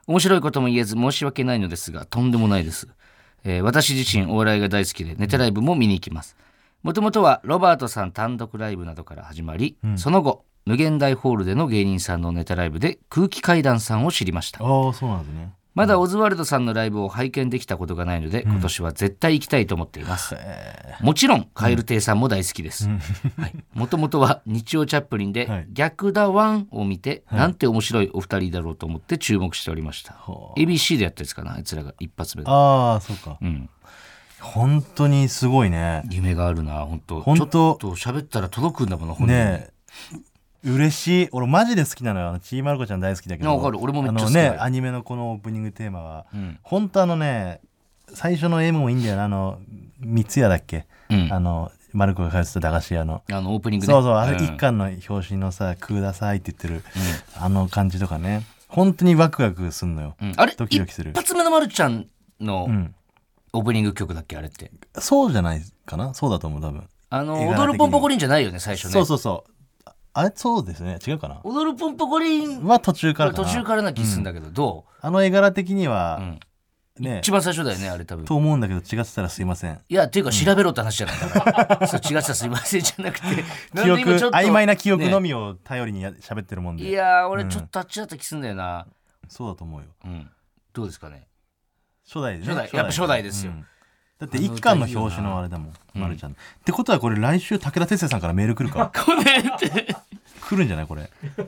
Speaker 2: 面白いことも言えず申し訳ないのですが、とんでもないです。えー私自身お笑いが大好きでネタライブも見に行きます。もともとはロバートさん単独ライブなどから始まり、その後、無限大ホールでの芸人さんのネタライブで空気階段さんを知りました
Speaker 3: ー、。ああそうなんですね
Speaker 2: まだオズワルドさんのライブを拝見できたことがないので、今年は絶対行きたいと思っています。もちろん、カエル亭さんも大好きです。もともとは日曜チャップリンで、
Speaker 3: はい
Speaker 2: 逆だワンを見て、なんて面白いお二人だろうと思って注目しておりました。ABC でやったやつかな、あいつらが一発目で。
Speaker 3: ああそうか
Speaker 2: うん、
Speaker 3: 本当にすごいね
Speaker 2: 夢があるな、本当
Speaker 3: 本当
Speaker 2: ちょっと喋ったら届くんだもんな、本当に
Speaker 3: ねえ嬉しい俺マジで好きなのよあのちーまる子ちゃん大好きだけど
Speaker 2: いやわかる俺もめっちゃ好き
Speaker 3: あ
Speaker 2: だよ
Speaker 3: のねアニメのこのオープニングテーマは、
Speaker 2: ん
Speaker 3: 本当あのね最初の M もいいんだよなあの三ツ矢だっけ、
Speaker 2: うん
Speaker 3: あのまる子が通ってた駄菓子屋の、
Speaker 2: あのオープニングね
Speaker 3: そうそうあれ
Speaker 2: ん
Speaker 3: 一巻の表紙のさ「ください」って言ってる、あの感じとかね本当にワクワクすんのよ、
Speaker 2: うんあれ
Speaker 3: ドキドキする
Speaker 2: 一発目のまるちゃんの
Speaker 3: ん
Speaker 2: オープニング曲だっけ、あれって。
Speaker 3: そうじゃないかなそうだと思う多分
Speaker 2: あの、
Speaker 3: 映画的に
Speaker 2: 踊るポンポコリンじゃないよね、最初ね。
Speaker 3: そうそうそうああれそうですね違うかな
Speaker 2: 踊るポンポコリン
Speaker 3: は途中からか
Speaker 2: 途
Speaker 3: な
Speaker 2: 中からな気すんだけど、ど
Speaker 3: あの絵柄的に
Speaker 2: う、
Speaker 3: は、ね
Speaker 2: 一番最初だよねあれ多分
Speaker 3: と思うんだけど違ってたらすいません
Speaker 2: いやっていうか調べろって話じゃないから、そう違ってたらすいませんじゃなくて
Speaker 3: 記憶曖昧な記憶の
Speaker 2: み、
Speaker 3: みを頼りにや喋ってるもんで、
Speaker 2: ねいやー俺ちょっとあっちだった気すんだよな、
Speaker 3: そうだと思うよ
Speaker 2: うんどうですかね
Speaker 3: 初代でね
Speaker 2: 初代やっぱ初代ですよ
Speaker 3: んだって一巻の表紙のあれだもん、まるちゃんってことはこれ来週武田鉄矢さんからメール来るか
Speaker 2: これって
Speaker 3: 来るんじゃないこれ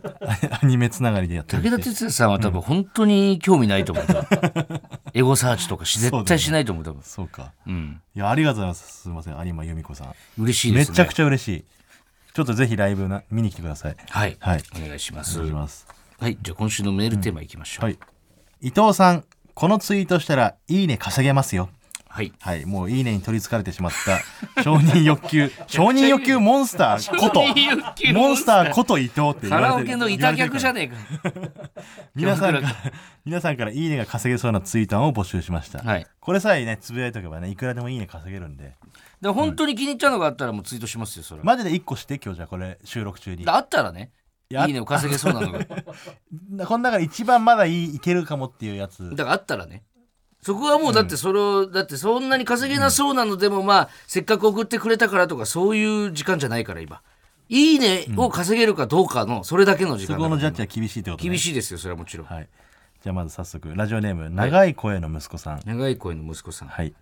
Speaker 3: アニメつながりでやってるって
Speaker 2: 武田鉄矢さんは多分本当に興味ないと思う、多分エゴサーチとか
Speaker 3: そ
Speaker 2: し
Speaker 3: う
Speaker 2: 絶
Speaker 3: だよ
Speaker 2: 対
Speaker 3: ね
Speaker 2: しないと思う多分
Speaker 3: そうか
Speaker 2: うん
Speaker 3: いやありがとうございますすいません有馬由美子さん、
Speaker 2: 嬉しいで
Speaker 3: め
Speaker 2: すね
Speaker 3: ちゃくちゃ嬉しいちょっとぜひライブな見に来てください
Speaker 2: はい、
Speaker 3: はい
Speaker 2: お願いしま
Speaker 3: お
Speaker 2: す
Speaker 3: 願いします
Speaker 2: はいじゃあ今週のメールテーマいきましょう、
Speaker 3: はい伊藤さんこのツイートしたらいいね稼げますよ
Speaker 2: はい
Speaker 3: はい、もういいねに取りつかれてしま った承認欲求承認欲求モンスターこと
Speaker 2: 承認欲求
Speaker 3: モ
Speaker 2: モ
Speaker 3: ン
Speaker 2: ン
Speaker 3: ス
Speaker 2: ス
Speaker 3: ターこと伊藤って言
Speaker 2: カ
Speaker 3: われ
Speaker 2: ラ
Speaker 3: て
Speaker 2: オ
Speaker 3: る
Speaker 2: ケの板客じゃ
Speaker 3: 言われてるから
Speaker 2: ねえか
Speaker 3: 皆さんから皆さんからいいねが稼げそうなツイート案を募集しました、
Speaker 2: はい
Speaker 3: これさえねつぶやいとけばねいくらでもいいね稼げるんで
Speaker 2: で本当に気に入ったのがあったらもうツイートしますよそれは、
Speaker 3: マジで1個して今日じゃあこれ収録中に
Speaker 2: あったらね
Speaker 3: や
Speaker 2: いいねを稼げそうな のがだか
Speaker 3: この中で一番まだいいいけるかもっていうやつ
Speaker 2: らあったらねそこはもうだってそれを、だってそんなに稼げなそうなのでもまあせっかく送ってくれたからとかそういう時間じゃないから今いいねを稼げるかどうかのそれだけの時
Speaker 3: そ
Speaker 2: 間だ
Speaker 3: こ
Speaker 2: から
Speaker 3: のジャッジは厳しいってことね
Speaker 2: 厳しいですよそれはもちろん、
Speaker 3: はい、じゃあまず早速ラジオネーム長い声の息子さん、
Speaker 2: 長い声の息子さん
Speaker 3: はい。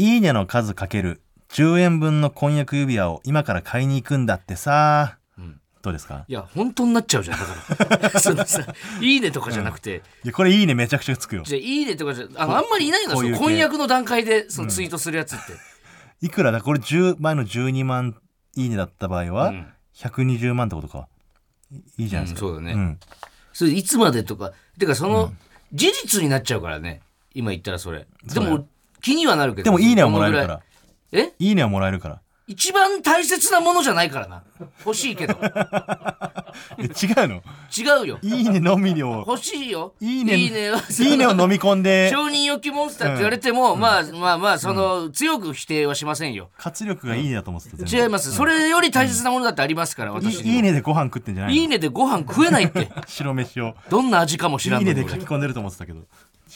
Speaker 3: いいねの数かける10円分の婚約指輪を今から買いに行くんだってさ、どうですか
Speaker 2: いや本当になっちゃうじゃんだから そのさいいねとかじゃなくて、
Speaker 3: いやこれいいねめちゃくちゃつくよ
Speaker 2: じゃあいいねとかじゃあのあんまりいないの
Speaker 3: こういう系
Speaker 2: その婚約の段階でそのツイートするやつって、
Speaker 3: いくらだこれ10前の12万いいねだった場合は、120万ってことかいいいじゃないですか、
Speaker 2: うんそうだね
Speaker 3: ん
Speaker 2: それいつまでとかてかその事実になっちゃうからね今言ったらそれでも気にはなるけど
Speaker 3: でもいいねはもらえるか
Speaker 2: この
Speaker 3: ら
Speaker 2: ぐらいえ
Speaker 3: いいねはもらえるから
Speaker 2: 一番大切なものじゃないからな欲しいけど
Speaker 3: え違うの
Speaker 2: 違うよ
Speaker 3: いいねのみを
Speaker 2: 欲しいよ
Speaker 3: いいね
Speaker 2: いいねはい
Speaker 3: いねを飲み込んで
Speaker 2: 承認欲求モンスターって言われても、まあまあまあその、強く否定はしませんよ
Speaker 3: 活力がいいねだと思ってた
Speaker 2: 違い
Speaker 3: 全
Speaker 2: ます、それより大切なものだってありますから
Speaker 3: 部い
Speaker 2: 私にも
Speaker 3: いいねでご飯食ってんじゃないの
Speaker 2: いいねでご飯食えないって
Speaker 3: 白飯を
Speaker 2: どんな味かも知らん
Speaker 3: いい
Speaker 2: の
Speaker 3: ね
Speaker 2: に
Speaker 3: で書き込んでると思ってたけど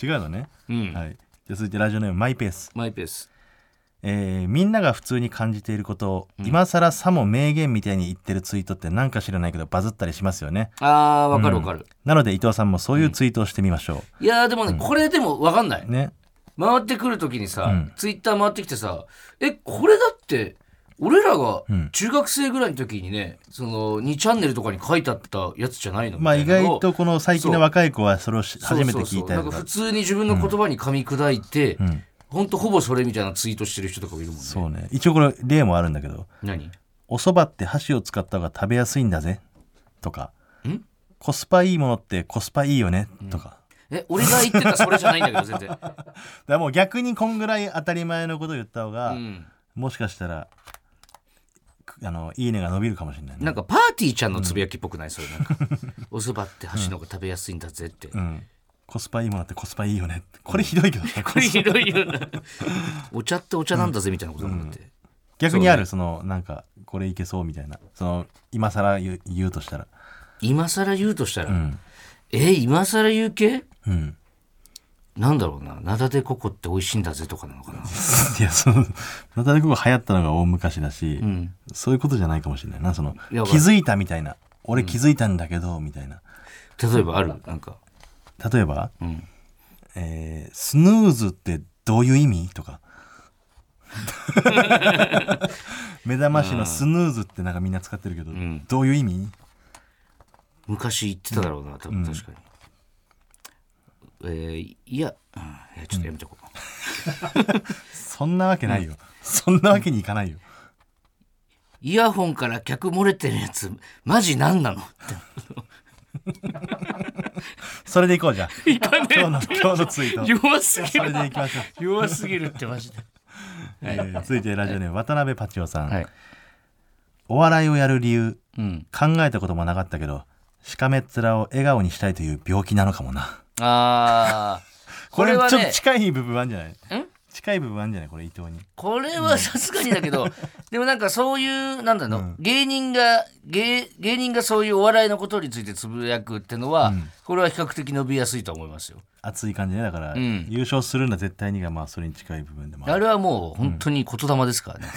Speaker 3: 違うのね、
Speaker 2: ん
Speaker 3: はい、じゃあ続いてラジオネームマイペース
Speaker 2: マイペース
Speaker 3: えーみんなが普通に感じていることを、今更さも名言みたいに言ってるツイートってなんか知らないけどバズったりしますよね。
Speaker 2: あー、わかるわかる。
Speaker 3: なので伊藤さんもそういうツイートをしてみましょ。。
Speaker 2: いやーでもね、これでもわかんないう
Speaker 3: ね。
Speaker 2: 回ってくるときにさ、ツイッター回ってきてさ、え、これだって、俺らが中学生ぐらいの時にね、その2チャンネルとかに書いてあったやつじゃないの
Speaker 3: まあ意外とこの最近の
Speaker 2: そう
Speaker 3: 若い子はそれをし初めて聞いた
Speaker 2: そうそうそうな
Speaker 3: り
Speaker 2: ん
Speaker 3: と
Speaker 2: か
Speaker 3: か
Speaker 2: 普。通に自分の言葉に噛み砕いて、ほんとほぼそれみたいなツイートしてる人とかもいるもんね。
Speaker 3: そうね。一応これ例もあるんだけど、
Speaker 2: 何
Speaker 3: お蕎麦って箸を使った方が食べやすいんだぜとか、コスパいいものってコスパいいよねとか。
Speaker 2: え、俺が言ってたそれじゃないんだけど、全然。
Speaker 3: だからもう逆にこんぐらい当たり前のことを言った方が、
Speaker 2: うん
Speaker 3: もしかしたら、くあの、いいねが伸びるかもしれないね。
Speaker 2: なんかパーティーちゃんのつぶやきっぽくないそれなんか。おそばって箸の方が食べやすいんだぜって。
Speaker 3: うん。コスパいいものってコスパいいよねって。これひどいけどね。
Speaker 2: これひどいよな。お茶ってお茶なんだぜみたいなことになって。
Speaker 3: 逆にある、その、なんか、これいけそうみたいな。その、今更言う言うと したら。
Speaker 2: 今更言うとしたら、え、今更言う系
Speaker 3: うん。
Speaker 2: なんだろうな。なだでココって美味しいんだぜとかなのかな。
Speaker 3: いや、その、ナタデコが流行ったのが大昔だし、
Speaker 2: ん
Speaker 3: そういうことじゃないかもしれないな。その、気
Speaker 2: やばい
Speaker 3: づいたみたいな。俺気づいたんだけど、みたいな。
Speaker 2: 例えばあるなんか。
Speaker 3: 例えば、
Speaker 2: ん
Speaker 3: えースヌーズってどういう意味とか 目覚ましのスヌーズってなんかみんな使ってるけど、
Speaker 2: ん
Speaker 3: どういう意味
Speaker 2: 昔言ってただろうな、多分確かに。えーいや、うんいやちょっとやめとこう。
Speaker 3: そんなわけないよ、そんなわけにいかないよ、
Speaker 2: イヤホンから客漏れてるやつ、マジなん なの
Speaker 3: それでいこうじゃあ今日の今日のツイート
Speaker 2: 弱すぎ
Speaker 3: それ
Speaker 2: る。
Speaker 3: でいきましょう、
Speaker 2: 弱すぎるってマジで。
Speaker 3: えー続いてラジオネーム渡辺パチオさん、
Speaker 2: はい。
Speaker 3: お笑いをやる理由
Speaker 2: うん。
Speaker 3: 考えたこともなかったけどしかめっ面を笑顔にしたいという病気なのかもな
Speaker 2: ああ。
Speaker 3: こ
Speaker 2: こ
Speaker 3: れ
Speaker 2: れは
Speaker 3: ちょっと
Speaker 2: ね、
Speaker 3: 近い部分あるんじゃない近い部分あるんじゃないこれ伊藤に
Speaker 2: これはさすがにだけ ど、でもなんかそういう、なんだろう、芸人が芸、芸人がそういうお笑いのことについてつぶやくってのは、これは比較的伸びやすいと思いますよ。
Speaker 3: 熱い感じねだから、
Speaker 2: ん
Speaker 3: 優勝するのは絶対にがまあそれに近い部分でもあ
Speaker 2: あ
Speaker 3: る
Speaker 2: れはもう本当に言霊ですからね。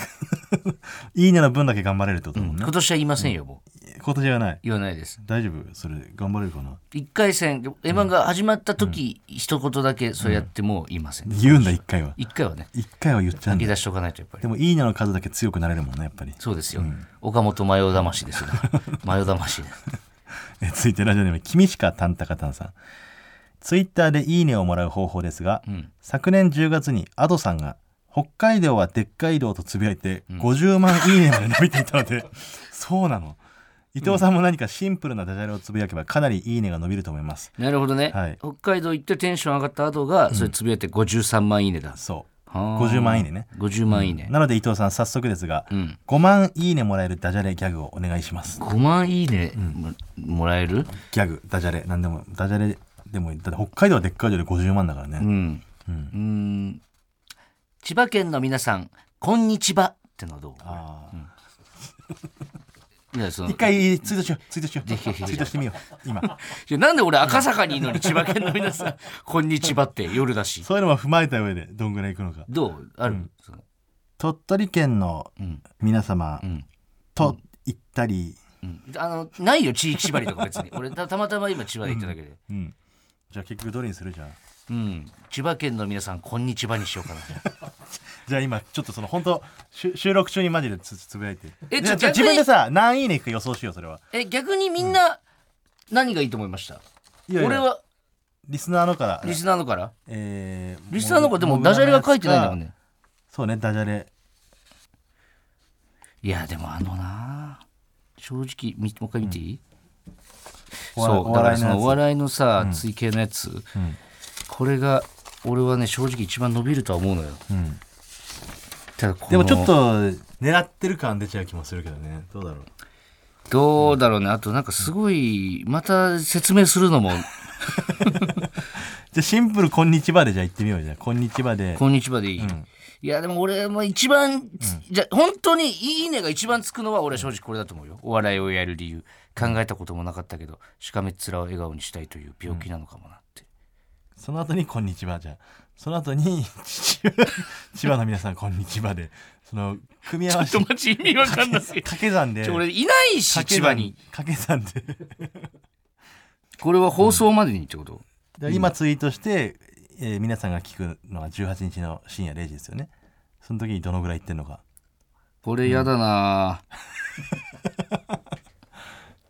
Speaker 3: いいねの分だけ頑張れるってことだもんね、
Speaker 2: 今年は言いませんよ、もう。
Speaker 3: 今年はない
Speaker 2: 言わないです。
Speaker 3: 大丈夫それ頑張れるかな
Speaker 2: 一回戦、M1 が始まった時、一言だけそうやってもう言いません。
Speaker 3: 言うんだ一回は
Speaker 2: 一回はね、
Speaker 3: 一回は言っちゃうん
Speaker 2: 言い
Speaker 3: だ
Speaker 2: 出しておかないとやっぱり
Speaker 3: で。もいいねの数だけ強くなれるもんねやっぱり
Speaker 2: そうですよ。岡本マヨ魂ですよ。 マヨ魂です。
Speaker 3: え続いてラジオネーム君しかたんたかたんさんツイッターでいいねをもらう方法ですが、昨年10月に Ado さんが北海道はでっかい道とつぶやいて50万いいねまで伸びていたの で、そうなの伊藤さんも何かシンプルなダジャレをつぶやけばかなりいいねが伸びると思います
Speaker 2: なるほどね、
Speaker 3: はい
Speaker 2: 北海道行ってテンション上がった後が、それつぶやいて53万いいねだ。
Speaker 3: そう
Speaker 2: はあ
Speaker 3: 50万いいねね
Speaker 2: 50万いいね。
Speaker 3: なので伊藤さん早速ですが、
Speaker 2: ん
Speaker 3: 5万いいねもらえるダジャレギャグをお願いします
Speaker 2: 5万いいねも,、らえる
Speaker 3: ギャグダジャレ何でもダジャレでもいいだって北海道はでっかい道で50万だからね、
Speaker 2: うん。うーん。千葉県の皆さん、こんにちはってのはどう
Speaker 3: あー
Speaker 2: いやその
Speaker 3: 一回ツイートしようツイートしよう
Speaker 2: ぜひぜひ
Speaker 3: ツイートしてみよう今
Speaker 2: いやなんで俺赤坂にいるのに千葉県の皆さん、 こんにちはって夜だし。
Speaker 3: そういうのも踏まえた上でどんぐらいいくのか
Speaker 2: どうある、その
Speaker 3: 鳥取県の
Speaker 2: ん
Speaker 3: 皆様
Speaker 2: ん
Speaker 3: と行ったり、
Speaker 2: うんあのないよ地域縛りとか別に俺たたまたま今千葉で行っただけで、
Speaker 3: うんじゃあ結局どれにするじゃん
Speaker 2: うん、千葉県の皆さんこんにちはにしようかな
Speaker 3: じゃあ今ちょっとその本当しゅ収録中にマジでつつぶやいて
Speaker 2: え
Speaker 3: じゃあ
Speaker 2: ちょ
Speaker 3: 自分でさ何いいねいくか予想しようそれは
Speaker 2: え逆にみんな何がいいと思いました、
Speaker 3: いやいや
Speaker 2: 俺は
Speaker 3: リスナーのから
Speaker 2: リスナーのから
Speaker 3: えー
Speaker 2: リスナーのからで
Speaker 3: モ
Speaker 2: も
Speaker 3: グ
Speaker 2: ダジャレが書いてないんだもん
Speaker 3: モグラのやつ
Speaker 2: ね
Speaker 3: かそうねダジャレ
Speaker 2: いやでもあのな正直みもう一回見ていい、
Speaker 3: お笑い
Speaker 2: そうだからそのお
Speaker 3: お笑
Speaker 2: 笑いのさ追形のやつ、これが俺はね正直一番伸びるとは思うのよ、ただこの
Speaker 3: でもちょっと狙ってる感出ちゃう気もするけどねどうだろう
Speaker 2: どうだろうねあとなんかすごいまた説明す るのも
Speaker 3: じゃあシンプル「こんにちは」でじゃあ行ってみようじゃあこんにちは」で
Speaker 2: こんにちはでいい。いや、でも俺も一番、じゃ、本当にいいねが一番つくのは俺は正直これだと思うよ。お笑いをやる理由。考えたこともなかったけど、しかめっ面を笑顔にしたいという病気なのかもなって。
Speaker 3: その後に「こんにちは」じゃあその後に千葉「千葉の皆さんこんにちはで」その組み 合わ
Speaker 2: ち
Speaker 3: せ
Speaker 2: ょっと待って意味わかんないち
Speaker 3: 掛け算で
Speaker 2: ょ俺いないし
Speaker 3: 掛け
Speaker 2: 千
Speaker 3: 算
Speaker 2: 葉に
Speaker 3: 掛け算で
Speaker 2: これは放送までにってこと、
Speaker 3: で今ツイートして、えー皆さんが聞くのは18日の深夜0時ですよねその時にどのぐらい行ってんのか
Speaker 2: これやだな、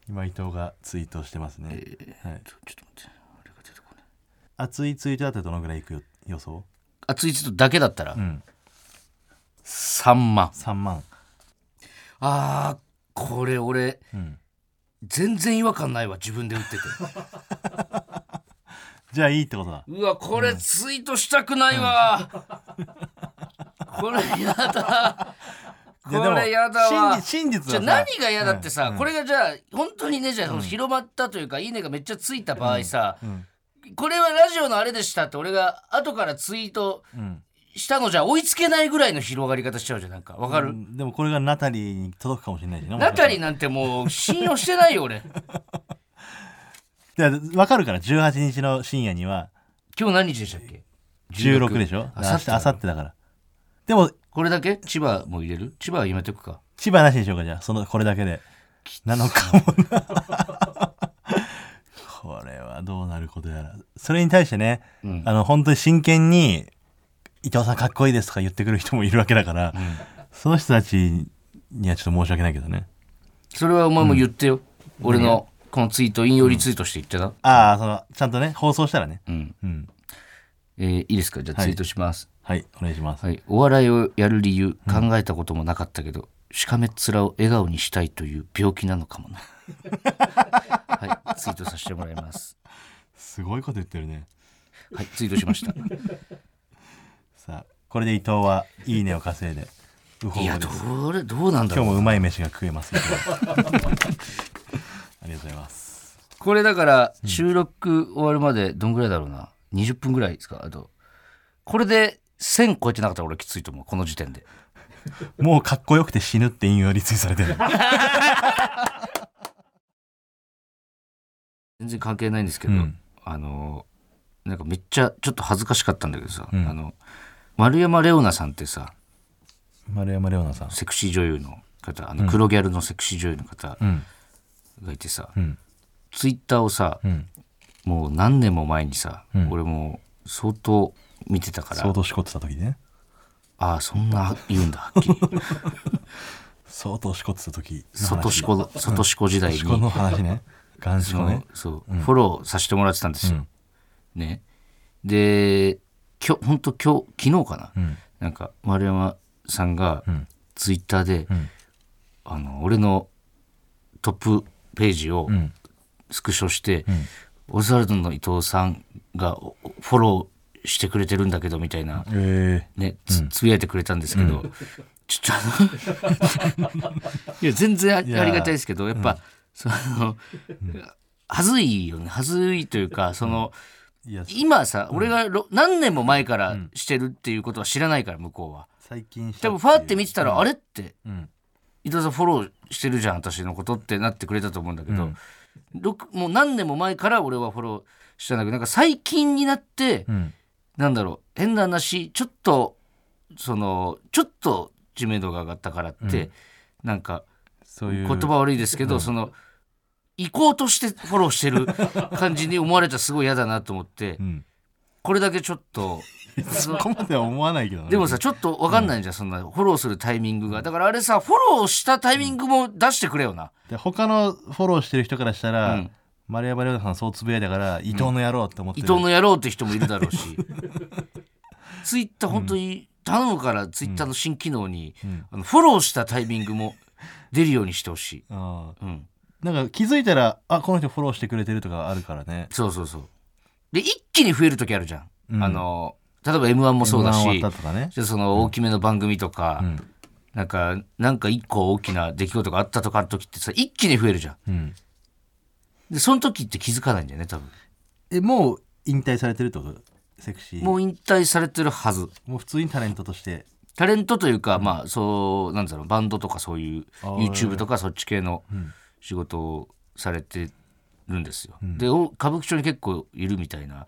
Speaker 3: 今伊藤がツイートしてますね、はい、
Speaker 2: ちょちょっと待ってあれが出てこない
Speaker 3: 熱いツイートだってどのぐらい行くよ予想
Speaker 2: あツイートだけだったら、
Speaker 3: ん
Speaker 2: 3万
Speaker 3: ?3 万
Speaker 2: あーこれ俺、
Speaker 3: ん
Speaker 2: 全然違和感ないわ自分で打 ってて
Speaker 3: じゃあいいってことだ
Speaker 2: うわこれツイートしたくないわ、これやだこ
Speaker 3: いやでも
Speaker 2: れやだわ
Speaker 3: 真実真実
Speaker 2: じゃ
Speaker 3: は
Speaker 2: あ
Speaker 3: さ
Speaker 2: 何が嫌だってさ、
Speaker 3: うん
Speaker 2: これがじゃあ本当にねじゃあその広まったというか、いいねがめっちゃついた場合さ、
Speaker 3: ん
Speaker 2: これはラジオのあれでしたって俺が後からツイート
Speaker 3: うん
Speaker 2: したのじゃ追いつけないぐらいの広がり方しちゃうじゃんなんかわかる、
Speaker 3: うんでもこれがナタリーに届くかもしれないしな
Speaker 2: ナタリー
Speaker 3: ー
Speaker 2: なんてもう信用してない よ俺
Speaker 3: 分かるから18日の深夜には
Speaker 2: 今日何日でしたっけ
Speaker 3: 16でしょ
Speaker 2: あ
Speaker 3: 明
Speaker 2: さっ
Speaker 3: 日明後日だからでも
Speaker 2: これだけ千葉も入れる千葉はやめとくか
Speaker 3: 千葉なしにしようかじゃあそのこれだけでなのかもな これはどうなることやらそれに対してね、あの本当に真剣に「伊藤さんかっこいいです」とか言ってくる人もいるわけだから、その人たちにはちょっと申し訳ないけどね
Speaker 2: それはお前も言ってよ、俺のこのツイート引用リツイートして言ってな、
Speaker 3: ああそのちゃんとね放送したらね
Speaker 2: えーいいですかじゃあツイートします、
Speaker 3: はいお願いします、
Speaker 2: はいお笑いをやる理由考えたこともなかったけど、しかめっ面を笑顔にしたいという病気なのか もなはいツイートさせてもらいます
Speaker 3: すごいこと言ってるね
Speaker 2: はいツイートしま した
Speaker 3: さあこれで伊藤はいいねを稼いでうほう
Speaker 2: い
Speaker 3: ほ
Speaker 2: や
Speaker 3: うで
Speaker 2: ど
Speaker 3: す
Speaker 2: れどうなんだろ
Speaker 3: 今
Speaker 2: う
Speaker 3: 日もうまい飯が食えます けどありがとうございます
Speaker 2: これだから収録終わるまでどんぐらいだろうな20分ぐらいですかあとこれで1000超えてなかったら俺きついと思うこの時点で
Speaker 3: もうかっこよくて死ぬって引用リツイートされて る
Speaker 2: 全然関係ないんですけど、
Speaker 3: うん
Speaker 2: あのなんかめっちゃちょっと恥ずかしかったんだけどさ、
Speaker 3: うん
Speaker 2: あの丸山レオナさんってさ
Speaker 3: 丸山レオナさん。
Speaker 2: セクシー女優の方あの黒ギャルのセクシー女優の方
Speaker 3: ん
Speaker 2: がいてさ、
Speaker 3: ん
Speaker 2: ツイッターをさ、
Speaker 3: ん
Speaker 2: もう何年も前にさ、俺もう相当見てたから
Speaker 3: 相当しこってた時ね。
Speaker 2: ああそんな言うんだは っきり
Speaker 3: 相当しこってた時の話。
Speaker 2: 外しこ外しこ時代に
Speaker 3: この話 ね。ガンシ
Speaker 2: そ
Speaker 3: コ
Speaker 2: の
Speaker 3: ね。
Speaker 2: そう、フォローさせてもらってたんですよ。ね。で、今日、本当今日、昨日かな、なんか、丸山さんが、ツイッターで、あの、俺のトップページをスクショして、オズワルドの伊藤さんがおフォローしてくれてるんだけど、みたいな、
Speaker 3: え
Speaker 2: ね、つ,、つぶやいてくれたんですけど、ちょっとあの いや全然ああり
Speaker 3: や
Speaker 2: がたいですけどやっぱ、その、はずいよねはずいというかその、
Speaker 3: えいや、
Speaker 2: 今さ俺がろ何年も前からしてるっていうことは知らないから向こうは。
Speaker 3: 最近し
Speaker 2: で
Speaker 3: た
Speaker 2: もファーって見てたら、あれって、
Speaker 3: ん
Speaker 2: 伊藤さんフォローしてるじゃん私のことってなってくれたと思うんだけど、ろくもう何年も前から俺はフォローしたんだけどなんか最近になって、
Speaker 3: うん。
Speaker 2: なんだろう変な話ちょっとそのちょっと知名度が上がったからって、なんか
Speaker 3: そうい
Speaker 2: 言
Speaker 3: う。
Speaker 2: 葉悪いですけど、その行こうとしてフォローしてる感じに思われたらすごい嫌だなと思って、
Speaker 3: うん。
Speaker 2: これだけちょっとそ
Speaker 3: そ
Speaker 2: の
Speaker 3: こまでは思わないけどね
Speaker 2: でもさ、ちょっと分かんないじゃん、そんなフォローするタイミングがだからあれさフォローしたタイミングも出してくれよな、
Speaker 3: で他のフォローしてる人からした
Speaker 2: う
Speaker 3: ら
Speaker 2: ん、
Speaker 3: 丸山レオナさんそうつぶやいたから、伊藤の野郎って思って
Speaker 2: 伊
Speaker 3: る。
Speaker 2: 藤の野郎って人もいるだろうしツイッター本当に頼むからツイッターの新機能に、あのフォローしたタイミングも出るようにしてほしい、
Speaker 3: ああ
Speaker 2: うん、
Speaker 3: なんか気づいたら、あ、この人フォローしてくれてるとかあるからね。
Speaker 2: そうそうそうで一気に増える時あるじゃん、
Speaker 3: ん
Speaker 2: あの例えば m 1もそうだ
Speaker 3: M1
Speaker 2: し
Speaker 3: 終わったとかね。
Speaker 2: でその大きめの番組とか、
Speaker 3: ん
Speaker 2: なんかなんか一個大きな出来事があったとかの時ってさ一気に増えるじゃん
Speaker 3: うん。
Speaker 2: でその時って気づかないんだよね多分
Speaker 3: え、もう引退されてるってことセクシー。
Speaker 2: も
Speaker 3: も
Speaker 2: う引退されてるはず
Speaker 3: う普通にタレントとして。
Speaker 2: タレントというか、まあそうなんだろうバンドとかそういう
Speaker 3: ー
Speaker 2: YouTube とかそっち系の仕事をされてるんですよ。でお歌舞伎町に結構いるみたいな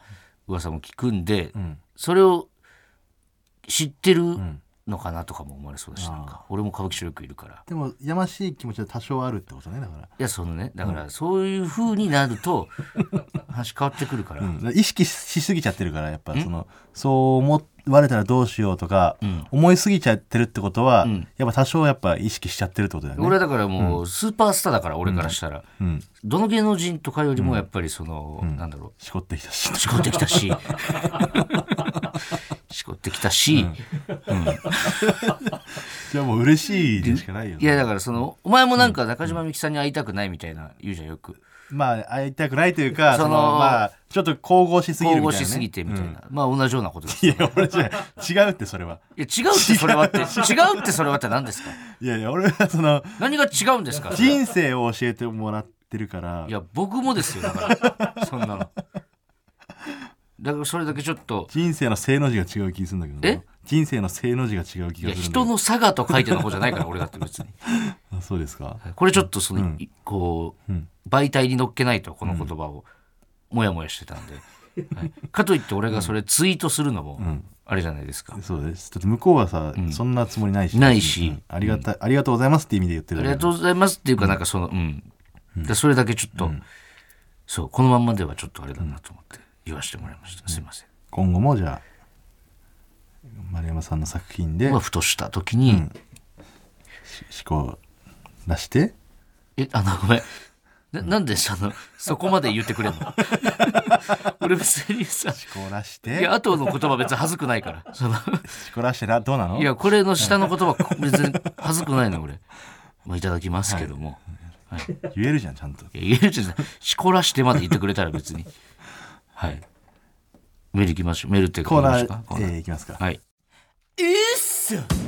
Speaker 2: 噂も聞くんで、それを知ってるのかなとかも思われそうだし、なんか俺も歌舞伎町よくいるから
Speaker 3: でもやましい気持ちは多少あるってことねだから
Speaker 2: いやそのねだからそういう風になると 話変わってくるから、
Speaker 3: 意識しすぎちゃってるからやっぱそのそう思われたらどうしようとか、思いすぎちゃってるってことは、やっぱ多少やっぱ意識しちゃってるってことだよね
Speaker 2: 俺はだからもうスーパースターだから俺からしたら、
Speaker 3: ん
Speaker 2: どの芸能人とかよりもやっぱりその、なんだろう
Speaker 3: しこってきたし
Speaker 2: しこってき たし、しこってきたし、
Speaker 3: じゃあもう嬉しいでしかないよ
Speaker 2: いやだからその、お前もなんか中島みゆきさんに会いたくないみたいな言うじゃんよく。
Speaker 3: まあ会いたくないというかその
Speaker 2: その
Speaker 3: まあちょっと神々しすぎる
Speaker 2: 交
Speaker 3: みたいな、
Speaker 2: 互
Speaker 3: ね、
Speaker 2: しすぎてみたいな。まあ同じようなことで す。
Speaker 3: い
Speaker 2: い
Speaker 3: や俺じゃ違うってそれは
Speaker 2: や違うってそれはって、違うってそれはって何ですか
Speaker 3: いやいや俺はその
Speaker 2: 何が違うんですかそれ
Speaker 3: 人生を教えてもらってるから
Speaker 2: いや、僕もですよ、だから。そんなの。だからそれだけちょっと、
Speaker 3: 人生の正の字が違う気がするんだけどな
Speaker 2: え
Speaker 3: 人生の正の字が違う気
Speaker 2: い
Speaker 3: がするんだ
Speaker 2: や、人
Speaker 3: けど
Speaker 2: の差がと書いての方じゃないから、俺だって別に。
Speaker 3: あそうですか
Speaker 2: これちょっとその、いこう、媒体に乗っけないとこの言葉をもやもやしてたんで、はいかといって俺がそれツイートするのもあれじゃないですか、
Speaker 3: そうですちょっと向こうはさ、そんなつもりないし
Speaker 2: ないし
Speaker 3: うんありがた、ありがとうございますって意味で言ってる
Speaker 2: あ
Speaker 3: だけ
Speaker 2: りがとうございますっていうかなんかそのうん、だからそれだけちょっと、そうこのまんまではちょっとあれだなと思って言わせてもらいました、すいません、
Speaker 3: 今後もじゃあ丸山さんの作品で
Speaker 2: まあ、ふとした時に、
Speaker 3: 思考出して
Speaker 2: えあのごめんななんでそのそこまで言ってくれんの 俺別にさ
Speaker 3: 思考出し
Speaker 2: い
Speaker 3: て
Speaker 2: や後の言葉別に恥ずくないからその
Speaker 3: 思考出してなどうなの
Speaker 2: いや、これの下の言葉、別に恥ずくないの、俺。まあ、いただきますけども。
Speaker 3: 言えるじゃんちゃんと
Speaker 2: い、や、言えるじゃない。しこらしてまで言ってくれたら別に。はい。メール行きましょう。メールって
Speaker 3: コーナー
Speaker 2: 行きましょうかコーナー
Speaker 3: えーいきますか
Speaker 2: はい。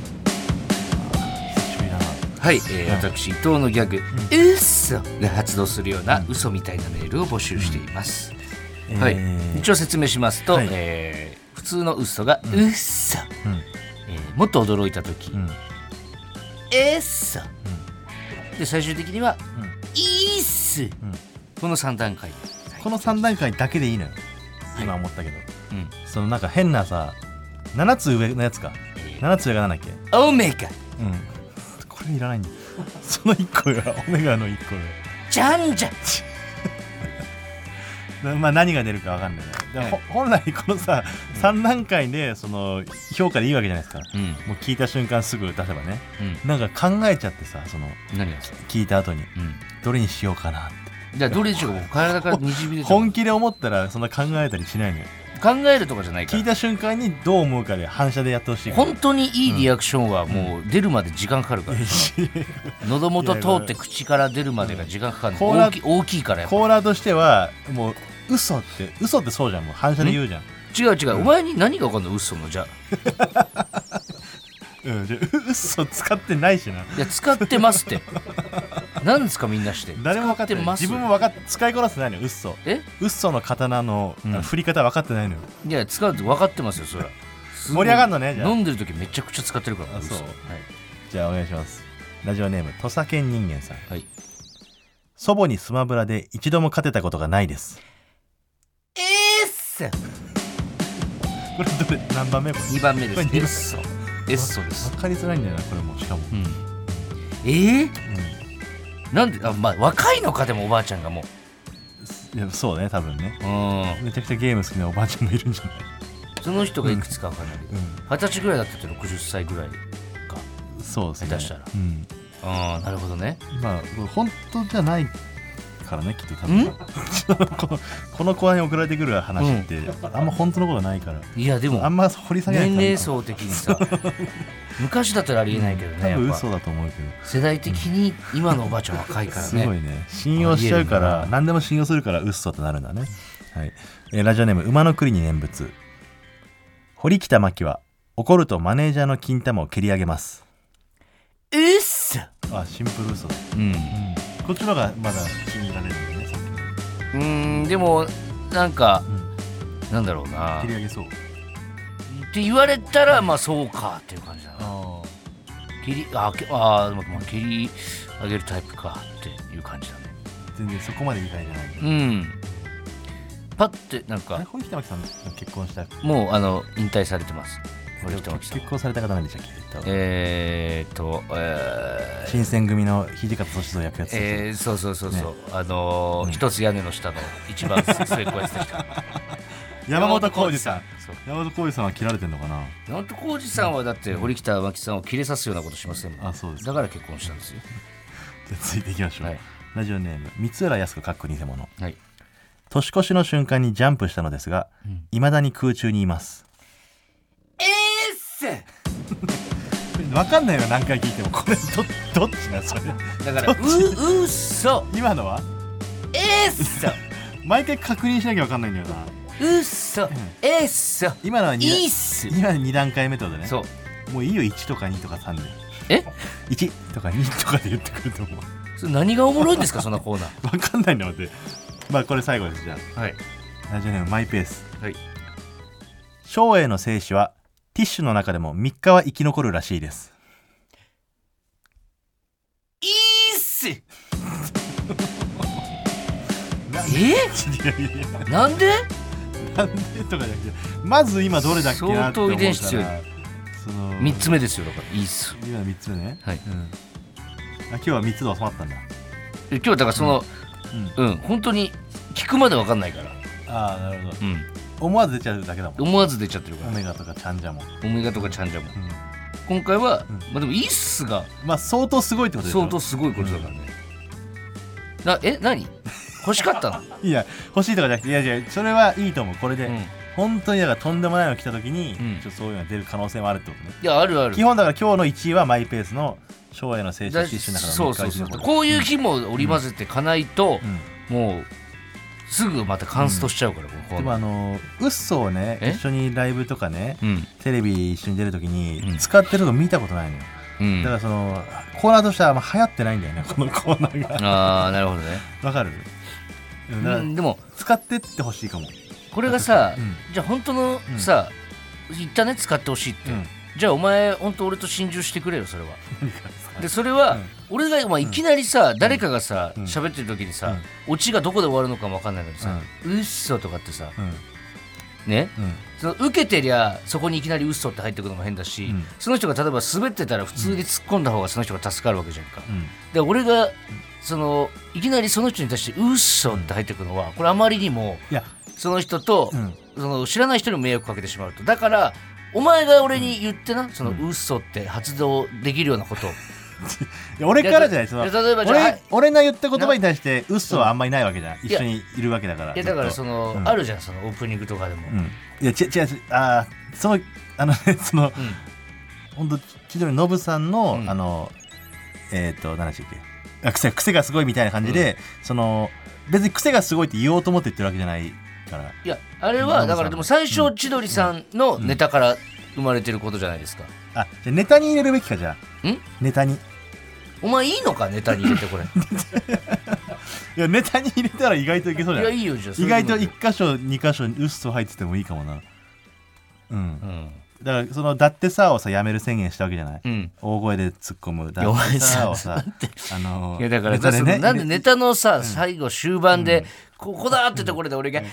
Speaker 3: 久しぶりだな
Speaker 2: はい、えー私伊藤のギャグ「うっそ」が発動するような嘘みたいなメールを募集しています、
Speaker 3: うん
Speaker 2: はい
Speaker 3: えー
Speaker 2: 一応説明しますと、
Speaker 3: はい
Speaker 2: えー普通の嘘が「うっそ」えーもっと驚いた時「
Speaker 3: ん
Speaker 2: えっそ」で最終的には「いっす」この3段階
Speaker 3: この3段階だけでいいのよ今思ったけど、
Speaker 2: うん
Speaker 3: そのなんか変なさ7つ上のやつか7つ上がなんだっけ
Speaker 2: 「オメガ」
Speaker 3: うんこれいらないんだよ その1個がオメガの1個が
Speaker 2: 「じゃんじゃん」
Speaker 3: なまあ何が出るか分かんないなでもほ本来このさ3段階でその評価でいいわけじゃないですか、
Speaker 2: うん
Speaker 3: もう聞いた瞬間すぐ出せばねなんか考えちゃってさその
Speaker 2: 何が
Speaker 3: 聞いた後に
Speaker 2: うん
Speaker 3: どれにしようかなって
Speaker 2: じゃあどれでしょうかもう体からにじみ出て
Speaker 3: 本気で思ったらそんな考えたりしないのよ
Speaker 2: 考えるとかじゃないか
Speaker 3: 聞い
Speaker 2: ら
Speaker 3: た瞬間にどう思うかで反射でやってほしいから
Speaker 2: 本当にいいリアクションはもう出るまで時間かかるから、喉元通って口から出るまでが時間かかる
Speaker 3: こうな
Speaker 2: 大きい大きいからやっぱ
Speaker 3: コーナーとしてはもう嘘って嘘ってそうじゃんもう反射で言うじゃん
Speaker 2: 違う違う、お前に何が分かんの嘘のじゃあ
Speaker 3: うんじゃあう嘘使ってないしない
Speaker 2: や使ってます って何ですかみんなして
Speaker 3: 誰も分かってない
Speaker 2: 使ってます
Speaker 3: 自分も分かっ使いこなせてないのよ嘘
Speaker 2: え
Speaker 3: 嘘の刀のあの振り方分かってないのよ
Speaker 2: いや使うって分かってますよそれは
Speaker 3: 盛り上がんのねじゃあ
Speaker 2: 飲んでる時めちゃくちゃ使ってるから
Speaker 3: あそう
Speaker 2: 嘘はい、
Speaker 3: じゃあお願いしますラジオネーム土佐犬人間さん
Speaker 2: はい、
Speaker 3: 祖母にスマブラで一度も勝てたことがないです
Speaker 2: えー、っす
Speaker 3: これどれ何番目これ
Speaker 2: 2番目で
Speaker 3: こ
Speaker 2: す
Speaker 3: れ
Speaker 2: えっそえっそです、
Speaker 3: 分かりづらいんだよなこれもしかも、
Speaker 2: うん、えーなんであ、まあ、若いのかでもおばあちゃんがも
Speaker 3: うんいやそうね多分ね
Speaker 2: ううん
Speaker 3: めちゃくちゃゲーム好きなおばあちゃんもいるんじゃない
Speaker 2: その人がいくつかわかんないけど、二十歳ぐらいだったって60歳ぐらいか。
Speaker 3: そうですね
Speaker 2: 下手したら
Speaker 3: うん
Speaker 2: ああ、なるほどね。
Speaker 3: まあ本当じゃないからねきっと多分 このこの公園に送られてくる話って、あんま本当のことないから
Speaker 2: いや、で
Speaker 3: あ
Speaker 2: も、
Speaker 3: んま掘り下げない
Speaker 2: 年齢
Speaker 3: 多
Speaker 2: 層的 にさ、昔だったらありえないけどね、やっ
Speaker 3: 分
Speaker 2: ぱ
Speaker 3: 嘘だと思うけど、
Speaker 2: 世代的に今のおばあちゃん若いから
Speaker 3: すご
Speaker 2: ね。
Speaker 3: いね信用しちゃうから
Speaker 2: ありえるな
Speaker 3: 何でも信用するから嘘ってなるんだね、はいえーラジオネーム馬の栗に念仏堀北真希は怒るとマネージャーの金玉を蹴り上げます
Speaker 2: うっす
Speaker 3: あシンプル嘘だ、
Speaker 2: うん。う
Speaker 3: こっちの方がまだ信じられるんだよね
Speaker 2: ーん、でも、なんか、なんだろうな。っ
Speaker 3: 蹴り上げそう
Speaker 2: て言われたら、まあそうかっていう感じだな。
Speaker 3: あ
Speaker 2: 切り、あ、けあー、まあまあ切り上げるタイプかっていう感じだね。
Speaker 3: 全然そこまで理解じゃない
Speaker 2: うん。パッてなん
Speaker 3: あれ
Speaker 2: か
Speaker 3: 堀北真希さん結婚した
Speaker 2: もうあの引退されてます森北真希さん
Speaker 3: 結婚された方なんでしたっけ多分
Speaker 2: えーっとえー
Speaker 3: 新選組の土方歳三役やつ、
Speaker 2: えーそうそうそうそう、あのー一つ屋根の下の一番 末っ子やつでした
Speaker 3: 山本浩二さん
Speaker 2: そう
Speaker 3: 山本浩二さんは切られてんのかな
Speaker 2: 山本浩二さんはだって堀北真希さんを切れさすようなことしませんもん
Speaker 3: あそうです
Speaker 2: だから結婚したんですよ
Speaker 3: じゃあ続いていきましょう、
Speaker 2: はい
Speaker 3: ラジオネーム三浦靖子かっこ偽物
Speaker 2: はい
Speaker 3: 年越しの瞬間にジャンプしたのですがいま、未だに空中にいます
Speaker 2: えーっせ
Speaker 3: わかんないよ何回聞いてもこれどどっちなそれ
Speaker 2: だ からううっそ
Speaker 3: 今のは
Speaker 2: えーっそ
Speaker 3: 毎回確認しなきゃわかんないんだよな
Speaker 2: うっそえーっそ
Speaker 3: 今のは二
Speaker 2: いいっす
Speaker 3: 今の2段階目ってことね
Speaker 2: そう
Speaker 3: もういいよ1とか2とか3で
Speaker 2: え
Speaker 3: 1とか2とかで言ってくると思う
Speaker 2: それ何がおもろいん ですかそんなコーナー
Speaker 3: わかんないのでまあこれ最後ですじゃ
Speaker 2: はい
Speaker 3: あラジオネームマイペース
Speaker 2: はい
Speaker 3: 昭栄の精子はティッシュの中でも3日は生き残るらしいです
Speaker 2: いいっす え
Speaker 3: いやいや
Speaker 2: なんで
Speaker 3: なんでとかじゃなくてまず今どれだっけなって思う
Speaker 2: 相当
Speaker 3: から
Speaker 2: 遺伝子強い
Speaker 3: その
Speaker 2: 三つ目ですよだからいいっす
Speaker 3: 今3つ目ね、
Speaker 2: はい
Speaker 3: うん、あ今日は3つで収まったんだ
Speaker 2: え今日だからそのうん、本当に聞くまでわかんないから
Speaker 3: ああなるほど
Speaker 2: うん
Speaker 3: 思わず出ちゃうだけだもん
Speaker 2: 思わず出ちゃってるか
Speaker 3: オ
Speaker 2: ら
Speaker 3: メガとかちゃんじゃもん、
Speaker 2: オメガとかちゃんじゃもん
Speaker 3: うん
Speaker 2: 今回は、
Speaker 3: うん
Speaker 2: まあでもイッスが
Speaker 3: まあ相当すごいってことでしょ
Speaker 2: 相当すごいことだからね、なえ何欲しかったの
Speaker 3: いや欲しいとかじゃなくていやいやそれはいいと思うこれで、
Speaker 2: うん
Speaker 3: 本当にだからとんでもないの来た時に、
Speaker 2: うん
Speaker 3: ちょっとそういうのが出る可能性もあるってことね
Speaker 2: いやあるある
Speaker 3: 基本だから今日の1位はマイペースの昭和の精
Speaker 2: だ
Speaker 3: 神必修
Speaker 2: し
Speaker 3: の中
Speaker 2: そ
Speaker 3: の
Speaker 2: うそうそ
Speaker 3: 三日生
Speaker 2: う
Speaker 3: き残る
Speaker 2: こういう日も織り交ぜてかないと
Speaker 3: う、ん
Speaker 2: もうすぐまたカンストしちゃうから、ここは
Speaker 3: でもあのウッソをね
Speaker 2: え
Speaker 3: 一緒にライブとかね
Speaker 2: うん
Speaker 3: テレビ一緒に出る時
Speaker 2: うん
Speaker 3: に使ってるの見たことないのよ、
Speaker 2: うん
Speaker 3: だからそのコーナーとしてはあんま流行ってないんだよねこのコーナ ーが
Speaker 2: ああなるほどね、
Speaker 3: わかるうんだか
Speaker 2: う
Speaker 3: ら
Speaker 2: んでも
Speaker 3: 使ってってほしいかも、
Speaker 2: これがさ、
Speaker 3: うん
Speaker 2: じゃあ本当のさ、言ったね使ってほしいって、
Speaker 3: うん
Speaker 2: じゃあお前本当俺と心中してくれよそ れはでそれは、
Speaker 3: うん
Speaker 2: 俺がまあいきなりさ、誰かがさ
Speaker 3: うん
Speaker 2: 喋、ってる時にさ、オチがどこで終わるのかも分かんないのにさ「うっそ」とかってさ
Speaker 3: うん
Speaker 2: ね
Speaker 3: うん
Speaker 2: その受けてりゃそこにいきなり「うっそ」って入ってくるのも変だし、
Speaker 3: うん
Speaker 2: その人が例えば滑ってたら普通に突っ込んだ方がその人が助かるわけじゃんか、
Speaker 3: うん
Speaker 2: で俺がそのいきなりその人に対して「うっそ」って入ってくるのはこれあまりにも
Speaker 3: いや
Speaker 2: その人と、
Speaker 3: うん
Speaker 2: その知らない人にも迷惑かけてしまうとだからお前が俺に言ってな、その嘘って発動できるようなことを、
Speaker 3: いや俺からじゃないその
Speaker 2: いや例えばじゃあはい
Speaker 3: 俺俺の言った言葉に対して嘘はあんまりないわけじゃん、
Speaker 2: ん
Speaker 3: 一緒にいるわけだから
Speaker 2: いやだからそ
Speaker 3: の
Speaker 2: の、
Speaker 3: うん
Speaker 2: あるじゃんそのオープニングとかでも、
Speaker 3: うんいや違う違う違うあーそのあの ねその
Speaker 2: うん
Speaker 3: 本当千鳥のノブさんの、
Speaker 2: うん
Speaker 3: あのえっ、ー、と何でしたっけあ癖癖がすごいみたいな感じで、その別に癖がすごいって言おうと思って言ってるわけじゃないから
Speaker 2: いやあれ
Speaker 3: ま
Speaker 2: は
Speaker 3: あ
Speaker 2: だからでも最初千鳥さんのネタから生まれてることじゃないですか、
Speaker 3: あじゃあネタに入れるべきかじゃあ
Speaker 2: ん
Speaker 3: ネタにい
Speaker 2: お前いいのかネタに入れ てこれい
Speaker 3: やネタに入れたら意外といけそうじゃ
Speaker 2: や
Speaker 3: ない
Speaker 2: いよじゃあそれ
Speaker 3: 意
Speaker 2: でも
Speaker 3: 外と1箇所2箇所嘘入っててもいいかもなうん
Speaker 2: うん
Speaker 3: だからその「だってさ」をさやめる宣言したわけじゃない、
Speaker 2: うん
Speaker 3: 大声で突っ込む「だ
Speaker 2: お
Speaker 3: って
Speaker 2: 前
Speaker 3: さ」
Speaker 2: さ
Speaker 3: をさ あの
Speaker 2: いやだから
Speaker 3: ネタでね
Speaker 2: なんでネタのさ最後終盤でここだってところで俺が「えーっ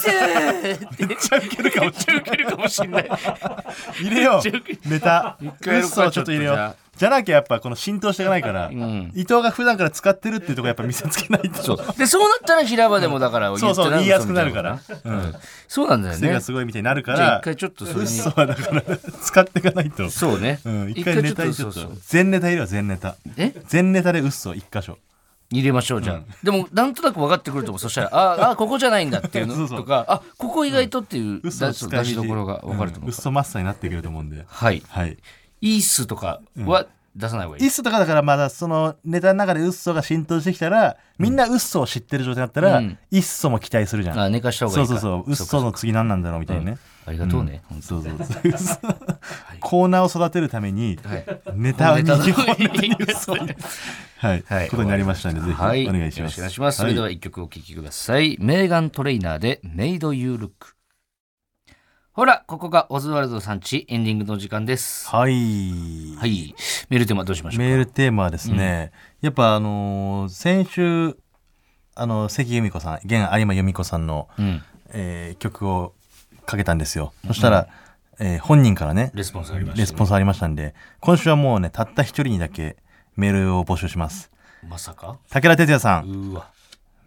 Speaker 2: せー!」ってめっちゃウケるかもしれない
Speaker 3: 入れ ようネタ
Speaker 2: 回やろうか
Speaker 3: 嘘をちょっと入れよ
Speaker 2: ちょっ
Speaker 3: うじゃなきゃやっぱこの浸透していかない から、
Speaker 2: ん
Speaker 3: 伊藤が普段から使ってるっていうところやっぱ見せつけないとそう
Speaker 2: でそうなったら平場でもだから言って
Speaker 3: そう
Speaker 2: なん
Speaker 3: 言いやすくなるから
Speaker 2: そうみたいなうんそうなんだよ
Speaker 3: 背
Speaker 2: ね
Speaker 3: がすごいみたいになるか
Speaker 2: じゃあ
Speaker 3: ら
Speaker 2: 一回ちょっとそれに
Speaker 3: 嘘はだから使っていかないと
Speaker 2: そうね
Speaker 3: うん、一回ネタにちょっ
Speaker 2: そう
Speaker 3: と
Speaker 2: そう
Speaker 3: 全ネタ入れよう全ネタ
Speaker 2: え
Speaker 3: 全ネタで嘘一箇所
Speaker 2: 入れましょうじゃあでもなんとなく分かってくると思うそしたらあーあーここじゃないんだっていう
Speaker 3: そ
Speaker 2: の
Speaker 3: うそう
Speaker 2: とかあここ意外とっていう出
Speaker 3: 嘘を
Speaker 2: し
Speaker 3: 使い
Speaker 2: 出しどころが分かると思うから
Speaker 3: 嘘マスターになってくると思うんで
Speaker 2: はい
Speaker 3: はい
Speaker 2: いいっすとかは出さない方がいい
Speaker 3: イスとかだからまだそのネタの中でウッソが浸透してきたらみんなウッソを知ってる状態だったら、
Speaker 2: うん
Speaker 3: イッソも期待するじゃん
Speaker 2: あ寝かした方が
Speaker 3: そそ
Speaker 2: いういか
Speaker 3: うそうウッソの次何なんだろうみたいなね、
Speaker 2: ありがとうね本当
Speaker 3: そうそうそうウッソコーナーを育てるために、
Speaker 2: はい
Speaker 3: ネタを
Speaker 2: ネタの
Speaker 3: 2本目にウッソをはい、
Speaker 2: はい
Speaker 3: ことになりましたんでぜひお
Speaker 2: はい、
Speaker 3: 願いし
Speaker 2: よろ
Speaker 3: ま
Speaker 2: く
Speaker 3: す、
Speaker 2: お願いします。それでは一曲お聴きください。メーガン・トレイナーで、メイド・ユー・ルック。ほら、ここがオズワルドさんち、エンディングの時間です。は
Speaker 3: はい
Speaker 2: い、メールテーマどうしましょう
Speaker 3: メールテーマはですね、やっぱあのー先週あの関由美子さん現有馬由美子さんの、
Speaker 2: ん
Speaker 3: えー曲をかけたんですよそしたら、えー本人からね
Speaker 2: レスポンスありま
Speaker 3: レ
Speaker 2: し
Speaker 3: ス
Speaker 2: た
Speaker 3: ポンスありましたんで今週はもうねたった一人にだけメールを募集します
Speaker 2: まさか
Speaker 3: 武田鉄矢さん
Speaker 2: うわ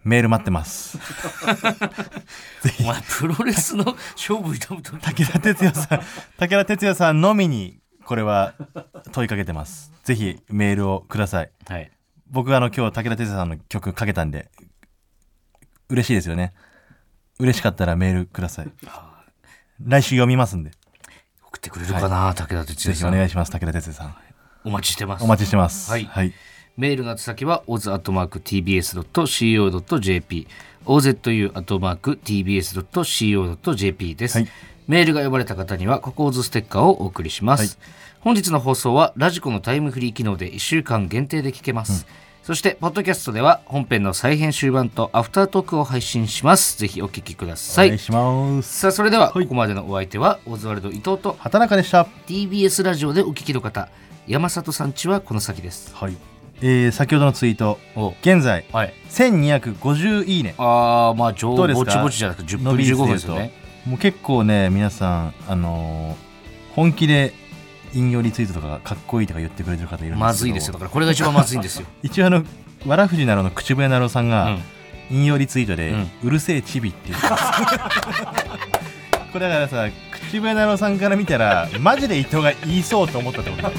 Speaker 3: メール待ってます
Speaker 2: お前プロレスの勝負挑む時
Speaker 3: 武田鉄矢 さん武田鉄矢さんのみにこれは問いかけてますぜひメールをください
Speaker 2: はい
Speaker 3: 僕あの今日武田鉄矢さんの曲かけたんで嬉しいですよね嬉しかったらメールください来週読みますんで
Speaker 2: 送ってくれるかな、武田哲
Speaker 3: ぜ
Speaker 2: 也
Speaker 3: ひ
Speaker 2: さ
Speaker 3: お
Speaker 2: ん
Speaker 3: 願いします武田鉄矢さん
Speaker 2: お待ちしてます
Speaker 3: お待ちしてます
Speaker 2: はい
Speaker 3: はい、
Speaker 2: メールの宛先は oz.tbs.co.jp ozu.tbs.co.jp です、
Speaker 3: はい
Speaker 2: メールが呼ばれた方にはココーズステッカーをお送りします、本日の放送はラジコのタイムフリー機能で1週間限定で聞けます、そしてポッドキャストでは本編の再編集版とアフタートークを配信しますぜひお聞きくださ
Speaker 3: お
Speaker 2: い
Speaker 3: 願いします
Speaker 2: さあそれではここまでのお相手はオズワルド伊藤と
Speaker 3: 畑中でした
Speaker 2: TBS ラジオでお聞きの方山里さんちはこの先です
Speaker 3: はい、えー、先ほどのツイート
Speaker 2: お
Speaker 3: 現在
Speaker 2: はい
Speaker 3: 1250いいね
Speaker 2: ああまあ上
Speaker 3: どうです
Speaker 2: ぼ
Speaker 3: か
Speaker 2: ちぼちじゃなくて10分
Speaker 3: 伸び率
Speaker 2: 15分
Speaker 3: 言
Speaker 2: で
Speaker 3: う
Speaker 2: す
Speaker 3: と
Speaker 2: よね
Speaker 3: もう結構ね皆さんあのー本気で引用リツイートとかかっこいいとか言ってくれてる方いるんですけど
Speaker 2: まずいですよだからこれが一番まずい んですよ、
Speaker 3: 一応あのわらふじなろの口笛なろさん
Speaker 2: う
Speaker 3: が
Speaker 2: ん
Speaker 3: 引用リツイートで、
Speaker 2: う
Speaker 3: うんるせえチビっていうこれだからさ口笛なろさんから見たらマジで伊藤が言いそうと思ったってことだよ